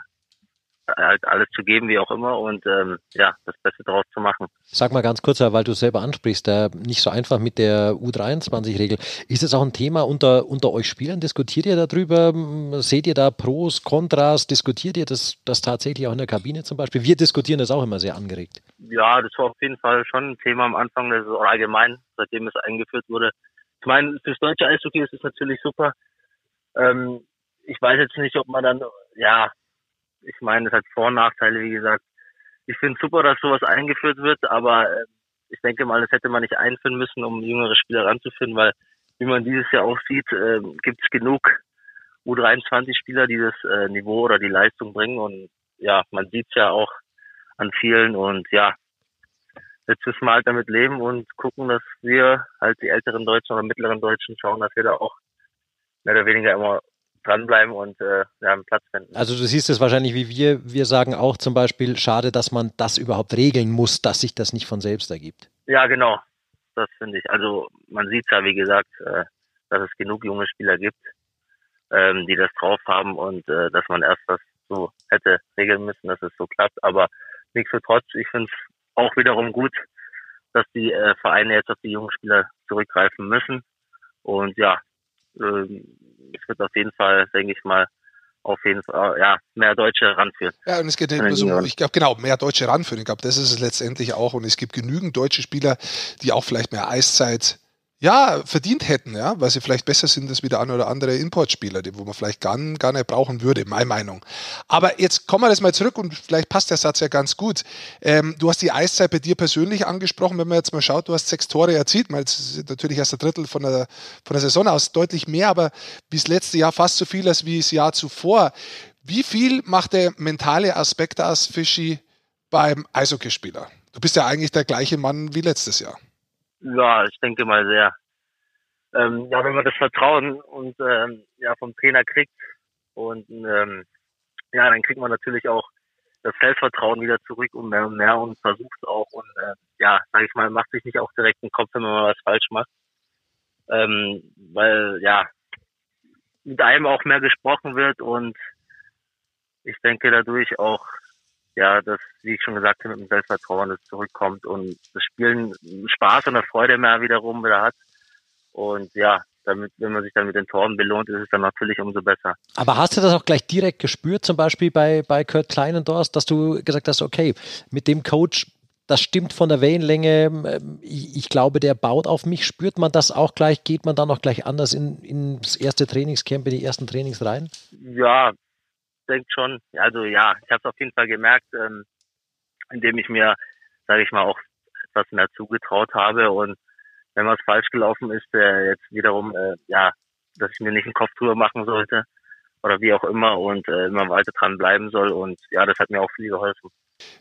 Speaker 5: äh, halt alles zu geben, wie auch immer. Und ähm, ja, das Beste draus zu machen.
Speaker 2: Sag mal ganz kurz, weil du es selber ansprichst, äh, nicht so einfach mit der U23-Regel. Ist das auch ein Thema unter, unter euch Spielern? Diskutiert ihr darüber? M, Seht ihr da Pros, Kontras? Diskutiert ihr das, das tatsächlich auch in der Kabine zum Beispiel? Wir diskutieren das auch immer sehr angeregt.
Speaker 5: Ja, das war auf jeden Fall schon ein Thema am Anfang, das ist auch allgemein, seitdem es eingeführt wurde. Ich meine, fürs deutsche Eishockey ist es natürlich super. Ähm, ich weiß jetzt nicht, ob man dann, ja, ich meine, es hat Vor- und Nachteile, wie gesagt. Ich finde es super, dass sowas eingeführt wird, aber äh, ich denke mal, das hätte man nicht einführen müssen, um jüngere Spieler ranzuführen, weil, wie man dieses Jahr auch sieht, äh, gibt es genug U23-Spieler, die das äh, Niveau oder die Leistung bringen und ja, man sieht es ja auch an vielen und ja, jetzt müssen wir halt damit leben und gucken, dass wir halt die älteren Deutschen oder mittleren Deutschen schauen, dass wir da auch mehr oder weniger immer dranbleiben und äh, ja, einen Platz finden.
Speaker 2: Also du siehst es wahrscheinlich wie wir. Wir sagen auch zum Beispiel, schade, dass man das überhaupt regeln muss, dass sich das nicht von selbst ergibt.
Speaker 5: Ja, genau. Das finde ich. Also man sieht ja, wie gesagt, äh, dass es genug junge Spieler gibt, ähm, die das drauf haben und äh, dass man erst das so hätte regeln müssen, dass es so klappt. Aber nichtsdestotrotz, ich finde es auch wiederum gut, dass die äh, Vereine jetzt auf die jungen Spieler zurückgreifen müssen. Und ja, ähm, es wird auf jeden Fall, denke ich mal, auf jeden Fall äh, ja, mehr Deutsche heranführen.
Speaker 1: Ja, und es geht nicht
Speaker 5: Ja,
Speaker 1: nur so,
Speaker 5: ja.
Speaker 1: ich glaube, genau, mehr deutsche Ranführung. Ich glaube, das ist es letztendlich auch. Und es gibt genügend deutsche Spieler, die auch vielleicht mehr Eiszeit ja, verdient hätten, ja, weil sie vielleicht besser sind als wie der ein oder andere Importspieler, die, wo man vielleicht gar, gar nicht brauchen würde, meine Meinung. Aber jetzt kommen wir das mal zurück und vielleicht passt der Satz ja ganz gut. Ähm, du hast die Eiszeit bei dir persönlich angesprochen, wenn man jetzt mal schaut, du hast sechs Tore erzielt, mal jetzt natürlich erst ein Drittel von der, von der Saison aus, deutlich mehr, aber bis letzte Jahr fast so viel als wie das Jahr zuvor. Wie viel macht der mentale Aspekt aus, Fischi, beim Eishockeyspieler? Du bist ja eigentlich der gleiche Mann wie letztes Jahr.
Speaker 5: Ja, ich denke mal sehr. Ähm, ja, wenn man das Vertrauen und ähm, ja vom Trainer kriegt und ähm, ja, dann kriegt man natürlich auch das Selbstvertrauen wieder zurück und mehr und mehr und versucht auch und äh, ja, sag ich mal, macht sich nicht auch direkt einen Kopf, wenn man was falsch macht. Ähm, weil ja, mit einem auch mehr gesprochen wird und ich denke dadurch auch ja, dass, wie ich schon gesagt habe, mit dem Selbstvertrauen das zurückkommt und das Spielen Spaß und eine Freude mehr wiederum wieder hat. Und ja, damit, wenn man sich dann mit den Toren belohnt, ist es dann natürlich umso besser.
Speaker 2: Aber hast du das auch gleich direkt gespürt, zum Beispiel bei, bei Kurt Kleinendorst, dass du gesagt hast, okay, mit dem Coach, das stimmt von der Wellenlänge, ähm, ich, ich glaube, der baut auf mich. Spürt man das auch gleich? Geht man dann auch gleich anders in, ins erste Trainingscamp, in die ersten Trainings rein?
Speaker 5: Ja, denkt schon, also ja, ich habe es auf jeden Fall gemerkt, ähm, indem ich mir, sage ich mal, auch etwas mehr zugetraut habe und wenn was falsch gelaufen ist, äh, jetzt wiederum, äh, ja, dass ich mir nicht einen Kopf drüber machen sollte oder wie auch immer und äh, immer weiter dran bleiben soll und ja, das hat mir auch viel geholfen.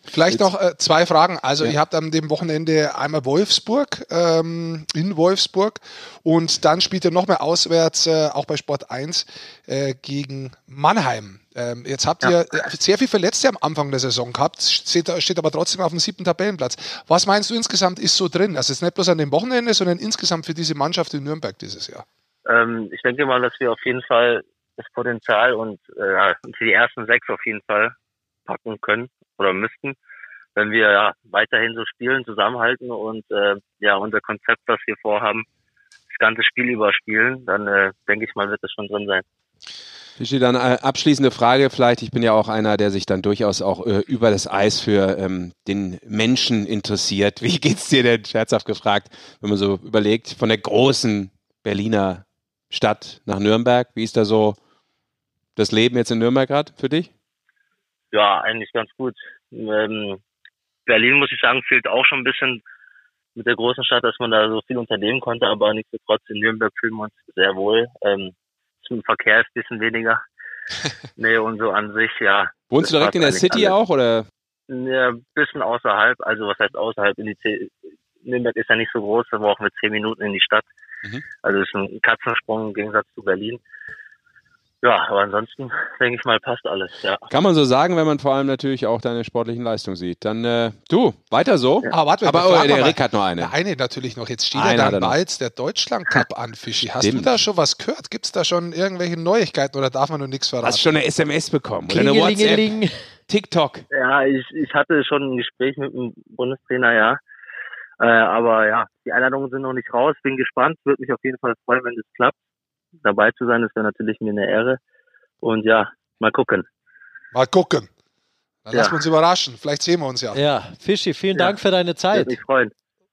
Speaker 1: Vielleicht noch äh, zwei Fragen. Also ja. ihr habt am dem Wochenende einmal Wolfsburg ähm, in Wolfsburg und dann spielt ihr nochmal auswärts, äh, auch bei Sport 1, äh, gegen Mannheim. Ähm, jetzt habt ihr ja. sehr viel Verletzte am Anfang der Saison gehabt, steht, steht, aber trotzdem auf dem siebten Tabellenplatz. Was meinst du insgesamt ist so drin? Also jetzt nicht bloß an dem Wochenende, sondern insgesamt für diese Mannschaft in Nürnberg dieses Jahr.
Speaker 5: Ähm, ich denke mal, dass wir auf jeden Fall das Potenzial und äh, für die ersten sechs auf jeden Fall packen können oder müssten, wenn wir ja weiterhin so spielen, zusammenhalten und äh, ja unser Konzept, was wir vorhaben, das ganze Spiel überspielen, dann äh, denke ich mal, wird das schon drin sein.
Speaker 3: Fischi, dann äh, abschließende Frage vielleicht. Ich bin ja auch einer, der sich dann durchaus auch äh, über das Eis für ähm, den Menschen interessiert. Wie geht's dir denn, scherzhaft gefragt, wenn man so überlegt, von der großen Berliner Stadt nach Nürnberg? Wie ist da so das Leben jetzt in Nürnberg gerade für dich?
Speaker 5: ja, eigentlich ganz gut. Ähm, Berlin, muss ich sagen, fehlt auch schon ein bisschen mit der großen Stadt, dass man da so viel unternehmen konnte, aber nichtsdestotrotz in Nürnberg fühlen wir uns sehr wohl. Ähm, zum Verkehr ist ein bisschen weniger. nee, und so an sich, ja.
Speaker 3: Wohnst du direkt in der City alles. auch, oder?
Speaker 5: Ja, ein bisschen außerhalb, also was heißt außerhalb? In die C Nürnberg ist ja nicht so groß, da brauchen wir zehn Minuten in die Stadt. Mhm. Also ist ein Katzensprung im Gegensatz zu Berlin. Ja, aber ansonsten denke ich mal, passt alles. Ja.
Speaker 3: Kann man so sagen, wenn man vor allem natürlich auch deine sportlichen Leistungen sieht. Dann äh, du, weiter so.
Speaker 1: Ja. Ah, warte,
Speaker 3: aber oh, der Rick hat nur eine.
Speaker 1: Eine natürlich noch. Jetzt steht Einer ja dann bald der Deutschland Cup an, Fischi. Hast Stimmt. du da schon was gehört? Gibt es da schon irgendwelche Neuigkeiten oder darf man nur nichts verraten?
Speaker 3: Hast schon eine SMS bekommen oder eine WhatsApp? TikTok.
Speaker 5: Ja, ich, ich hatte schon ein Gespräch mit dem Bundestrainer, ja. Äh, aber ja, die Einladungen sind noch nicht raus. Bin gespannt. Würde mich auf jeden Fall freuen, wenn das klappt dabei zu sein. Das wäre natürlich mir eine Ehre. Und ja, mal gucken.
Speaker 1: Mal gucken. Dann ja. lassen wir uns überraschen. Vielleicht sehen wir uns ja.
Speaker 2: Ja, Fischi, vielen ja. Dank für deine Zeit.
Speaker 5: Würde mich freuen.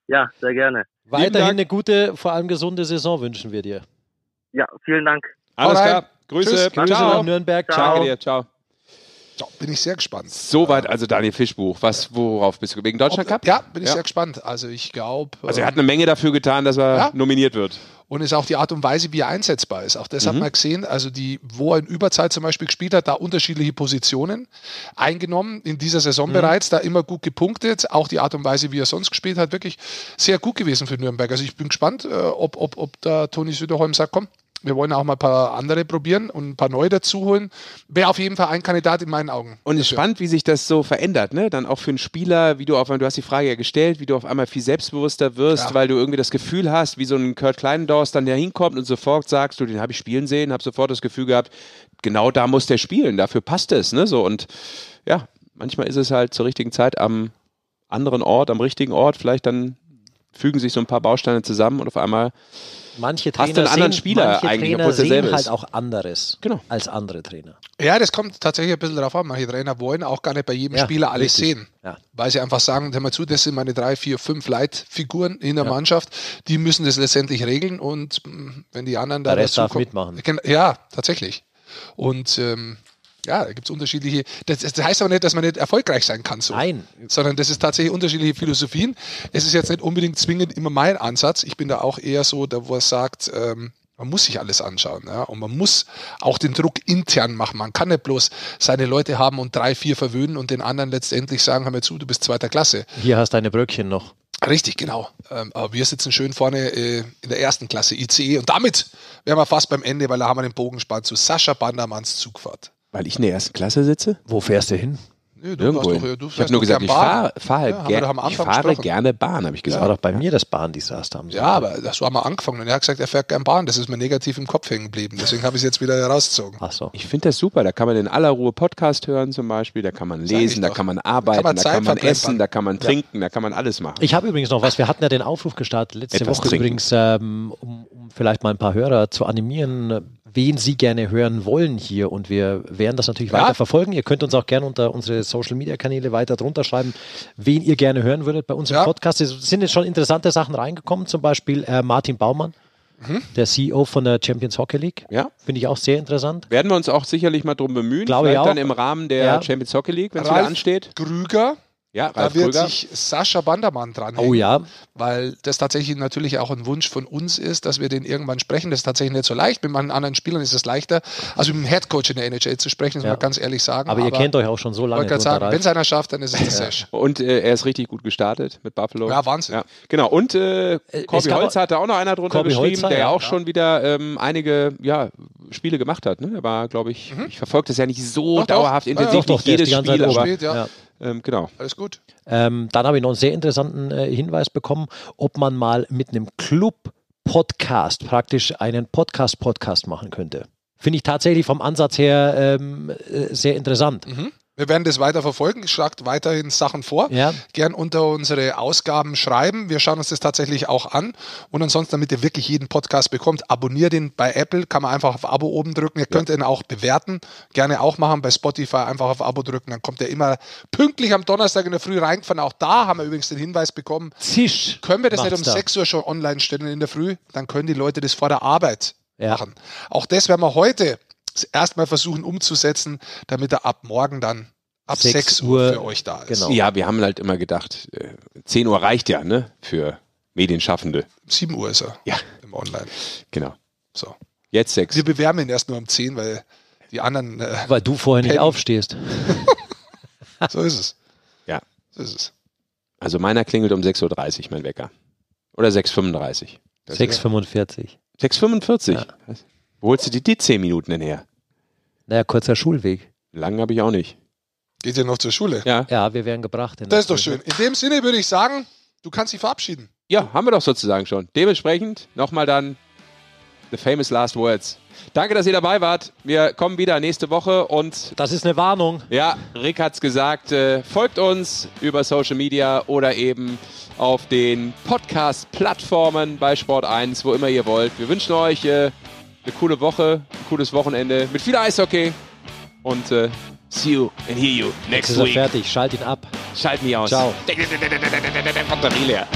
Speaker 5: Ja, sehr gerne.
Speaker 2: Weiterhin eine gute, vor allem gesunde Saison wünschen wir dir.
Speaker 5: Ja, vielen Dank.
Speaker 3: Alles Alright. klar. Grüße. Tschüss.
Speaker 2: Grüße Ciao. nach Nürnberg.
Speaker 3: Ciao. Danke dir. Ciao.
Speaker 1: Ja, bin ich sehr gespannt.
Speaker 3: Soweit also Daniel Fischbuch. Was, worauf bist du? Wegen Deutschland Cup?
Speaker 1: Ja, bin ich ja. sehr gespannt. Also ich glaube.
Speaker 3: Also er hat eine Menge dafür getan, dass er ja. nominiert wird.
Speaker 1: Und ist auch die Art und Weise, wie er einsetzbar ist. Auch das mhm. hat man gesehen. Also die, wo er in Überzeit zum Beispiel gespielt hat, da unterschiedliche Positionen eingenommen. In dieser Saison mhm. bereits, da immer gut gepunktet. Auch die Art und Weise, wie er sonst gespielt hat, wirklich sehr gut gewesen für Nürnberg. Also ich bin gespannt, ob, ob, ob da Toni Söderholm sagt, komm, wir wollen auch mal ein paar andere probieren und ein paar neue dazu holen. Wäre auf jeden Fall ein Kandidat in meinen Augen.
Speaker 3: Und es ist spannend, wie sich das so verändert, ne? Dann auch für einen Spieler, wie du auf du hast die Frage ja gestellt, wie du auf einmal viel selbstbewusster wirst, ja. weil du irgendwie das Gefühl hast, wie so ein Kurt Kleinendorst dann da hinkommt und sofort sagst, du, den habe ich spielen sehen, habe sofort das Gefühl gehabt, genau da muss der spielen, dafür passt es, ne? So und ja, manchmal ist es halt zur richtigen Zeit am anderen Ort, am richtigen Ort, vielleicht dann fügen sich so ein paar Bausteine zusammen und auf einmal
Speaker 2: Manche
Speaker 3: Hast du
Speaker 2: Trainer
Speaker 3: einen anderen
Speaker 2: sehen,
Speaker 3: Spieler
Speaker 2: manche
Speaker 3: eigentlich,
Speaker 2: Trainer
Speaker 3: obwohl es derselbe
Speaker 2: sehen halt
Speaker 3: ist?
Speaker 2: auch anderes
Speaker 3: Genau.
Speaker 2: als andere Trainer.
Speaker 1: Ja, das kommt tatsächlich ein bisschen drauf an. Manche Trainer wollen auch gar nicht bei jedem
Speaker 2: Ja,
Speaker 1: Spieler alles
Speaker 2: richtig.
Speaker 1: sehen.
Speaker 2: Ja.
Speaker 1: Weil sie einfach sagen, hör mal zu, das sind meine drei, vier, fünf Leitfiguren in der Mannschaft, die müssen das letztendlich regeln und mh, wenn die anderen da
Speaker 2: Der Rest darf
Speaker 1: dazukommen-
Speaker 2: mitmachen.
Speaker 1: Gen- Ja, tatsächlich. Und ähm, ja, da gibt es unterschiedliche, das, das heißt aber nicht, dass man nicht erfolgreich sein kann so.
Speaker 2: Nein.
Speaker 1: Sondern das ist tatsächlich unterschiedliche Philosophien. Es ist jetzt nicht unbedingt zwingend immer mein Ansatz. Ich bin da auch eher so, da wo es sagt, ähm, man muss sich alles anschauen, ja. Und man muss auch den Druck intern machen. Man kann nicht bloß seine Leute haben und drei, vier verwöhnen und den anderen letztendlich sagen, hör mir zu, du bist zweiter Klasse.
Speaker 2: Hier hast du deine Bröckchen noch.
Speaker 1: Richtig, genau. Ähm, aber wir sitzen schön vorne äh, in der ersten Klasse ICE und damit wären wir fast beim Ende, weil da haben wir den Bogenspann zu Sascha Bandermanns Zugfahrt.
Speaker 3: Weil ich in der ersten Klasse sitze?
Speaker 2: Wo fährst du hin?
Speaker 1: Nö,
Speaker 3: Irgendwo.
Speaker 1: warst
Speaker 3: hin.
Speaker 1: du
Speaker 3: ich habe
Speaker 1: fährst
Speaker 3: nur
Speaker 1: doch
Speaker 3: gesagt,
Speaker 1: gern
Speaker 3: ich
Speaker 1: Bahn.
Speaker 3: fahre fahr
Speaker 1: Ja, haben wir doch am
Speaker 3: ger ich
Speaker 1: Anfang
Speaker 3: fahre
Speaker 1: gesprochen.
Speaker 3: gerne Bahn, habe ich
Speaker 2: Das
Speaker 3: gesagt.
Speaker 2: war doch bei mir das Bahndesaster am
Speaker 1: Ja,
Speaker 2: Sonntag.
Speaker 1: aber das war mal angefangen und er hat gesagt, er fährt gern Bahn. Das ist mir negativ im Kopf hängen geblieben. Deswegen habe ich es jetzt wieder herausgezogen.
Speaker 2: Ach so.
Speaker 3: Ich finde das super. Da kann man in aller Ruhe Podcast hören zum Beispiel, da kann man
Speaker 1: Sag ich
Speaker 3: lesen, da
Speaker 1: doch.
Speaker 3: kann man arbeiten,
Speaker 1: man
Speaker 3: da
Speaker 1: Zeit
Speaker 3: kann man
Speaker 1: verplempern.
Speaker 3: essen, da kann man trinken, da kann man alles machen.
Speaker 2: Ich habe übrigens noch was. Wir hatten ja den Aufruf gestartet letzte
Speaker 3: Etwas
Speaker 2: Woche
Speaker 3: trinken.
Speaker 2: übrigens, ähm, um, um vielleicht mal ein paar Hörer zu animieren, wen sie gerne hören wollen hier. Und wir werden das natürlich
Speaker 1: Ja.
Speaker 2: weiter verfolgen. Ihr könnt uns auch gerne unter unsere Social Media Kanäle weiter drunter schreiben, wen ihr gerne hören würdet bei uns im
Speaker 1: Ja.
Speaker 2: Podcast. Es sind jetzt schon interessante Sachen reingekommen. Zum Beispiel äh, Martin Baumann, der CEO von der Champions Hockey League.
Speaker 3: Ja.
Speaker 2: Finde ich auch sehr interessant.
Speaker 3: Werden wir uns auch sicherlich mal drum bemühen.
Speaker 2: Glaube ich
Speaker 3: Vielleicht
Speaker 2: auch.
Speaker 3: dann im Rahmen der
Speaker 2: Ja.
Speaker 3: Champions Hockey League, wenn es wieder ansteht.
Speaker 1: Grüger,
Speaker 3: Ja,
Speaker 1: da
Speaker 3: Ralf
Speaker 1: wird
Speaker 3: Krüger.
Speaker 1: sich Sascha Bandermann dran
Speaker 2: Oh ja,
Speaker 1: weil das tatsächlich natürlich auch ein Wunsch von uns ist, dass wir den irgendwann sprechen. Das ist tatsächlich nicht so leicht. Mit manchen anderen Spielern ist es leichter. Also mit dem Headcoach in der NHL zu sprechen, das muss
Speaker 2: Ja.
Speaker 1: man ganz ehrlich sagen.
Speaker 2: aber, ihr kennt euch auch schon so
Speaker 1: Ich
Speaker 2: lange.
Speaker 1: Ne, wollte gerade
Speaker 2: drunter,
Speaker 1: sagen,
Speaker 2: Ralf.
Speaker 1: wenn es einer schafft, dann ist es der Sesh.
Speaker 3: Und äh, er ist richtig gut gestartet mit Buffalo.
Speaker 1: Ja, Wahnsinn.
Speaker 3: Ja, genau. Und äh, Corby
Speaker 2: gab-
Speaker 3: Holz hatte auch noch einer drunter
Speaker 2: Corby
Speaker 3: geschrieben,
Speaker 2: Holzer,
Speaker 3: der ja
Speaker 2: ja,
Speaker 3: auch
Speaker 2: ja.
Speaker 3: schon wieder ähm, einige ja, Spiele gemacht hat. Ne? Er war, glaube ich, ich verfolge das ja nicht so
Speaker 1: Mhm. Doch, doch.
Speaker 3: dauerhaft
Speaker 1: Ja, ja.
Speaker 3: intensiv,
Speaker 1: Doch,
Speaker 2: doch,
Speaker 3: nicht
Speaker 2: der
Speaker 3: jedes
Speaker 2: ist die ganze
Speaker 3: Spiel,
Speaker 2: Zeit oben.
Speaker 3: aber
Speaker 1: Spielt, halt- ja.
Speaker 2: Ja.
Speaker 3: ähm, genau.
Speaker 1: Alles gut.
Speaker 2: Ähm, dann habe ich noch einen sehr interessanten äh, Hinweis bekommen, ob man mal mit einem Club-Podcast praktisch einen Podcast-Podcast machen könnte. Finde ich tatsächlich vom Ansatz her ähm, äh, sehr interessant.
Speaker 1: Wir werden das weiter verfolgen. Schlagt weiterhin Sachen vor.
Speaker 2: Ja.
Speaker 1: Gern unter unsere Ausgaben schreiben. Wir schauen uns das tatsächlich auch an. Und ansonsten, damit ihr wirklich jeden Podcast bekommt, abonniert den bei Apple. Kann man einfach auf Abo oben drücken. Ihr könnt ihn auch bewerten. Gerne auch machen. Bei Spotify einfach auf Abo drücken. Dann kommt er immer pünktlich am Donnerstag in der Früh reingefahren. Auch da haben wir übrigens den Hinweis bekommen.
Speaker 2: Zisch.
Speaker 1: Können wir das
Speaker 2: macht's
Speaker 1: nicht um
Speaker 2: da.
Speaker 1: 6 Uhr schon online stellen in der Früh? Dann können die Leute das vor der Arbeit
Speaker 2: Ja.
Speaker 1: machen. Auch das werden wir heute erstmal versuchen umzusetzen, damit er ab morgen dann ab 6,
Speaker 2: Sechs
Speaker 1: Uhr
Speaker 2: Uhr,
Speaker 1: für euch da ist.
Speaker 2: genau.
Speaker 3: Ja, wir haben halt immer gedacht, äh, 10 Uhr reicht ja, ne? Für Medienschaffende.
Speaker 1: 7 Uhr ist er
Speaker 3: Ja.
Speaker 1: im Online.
Speaker 3: Genau.
Speaker 1: So.
Speaker 3: Jetzt sechs.
Speaker 1: Wir bewerben ihn erst nur um 10, weil die anderen, äh,
Speaker 2: Weil du vorher nicht
Speaker 1: Pennen.
Speaker 2: aufstehst.
Speaker 1: so ist es.
Speaker 3: Ja.
Speaker 1: So ist es.
Speaker 3: Also meiner klingelt um 6.30 Uhr, mein Wecker. Oder 6.35 Uhr.
Speaker 2: 6,45.
Speaker 3: 6.45 Uhr.
Speaker 2: Ja.
Speaker 3: Wo holst du dir die 10 Minuten denn her?
Speaker 2: Naja, kurzer Schulweg.
Speaker 3: Lang habe ich auch nicht.
Speaker 1: Geht ja noch zur Schule.
Speaker 3: Ja.
Speaker 2: Ja, wir werden gebracht. in
Speaker 1: Das
Speaker 2: der
Speaker 1: ist doch
Speaker 2: Schule.
Speaker 1: schön. In dem Sinne würde ich sagen, du kannst dich verabschieden.
Speaker 3: ja, haben wir doch sozusagen schon. Dementsprechend nochmal dann The Famous Last Words. Danke, dass ihr dabei wart. Wir kommen wieder nächste Woche und
Speaker 2: Das ist eine Warnung.
Speaker 3: Ja, Rick hat's gesagt. Äh, folgt uns über Social Media oder eben auf den Podcast-Plattformen bei Sport 1, wo immer ihr wollt. Wir wünschen euch äh, eine coole Woche, ein cooles Wochenende mit viel Eishockey und äh, see you and hear you
Speaker 2: Jetzt
Speaker 3: next
Speaker 2: ist er
Speaker 3: week.
Speaker 2: fertig. Schalt ihn ab.
Speaker 3: Schalt mich aus.
Speaker 2: Ciao.
Speaker 3: Batterie leer.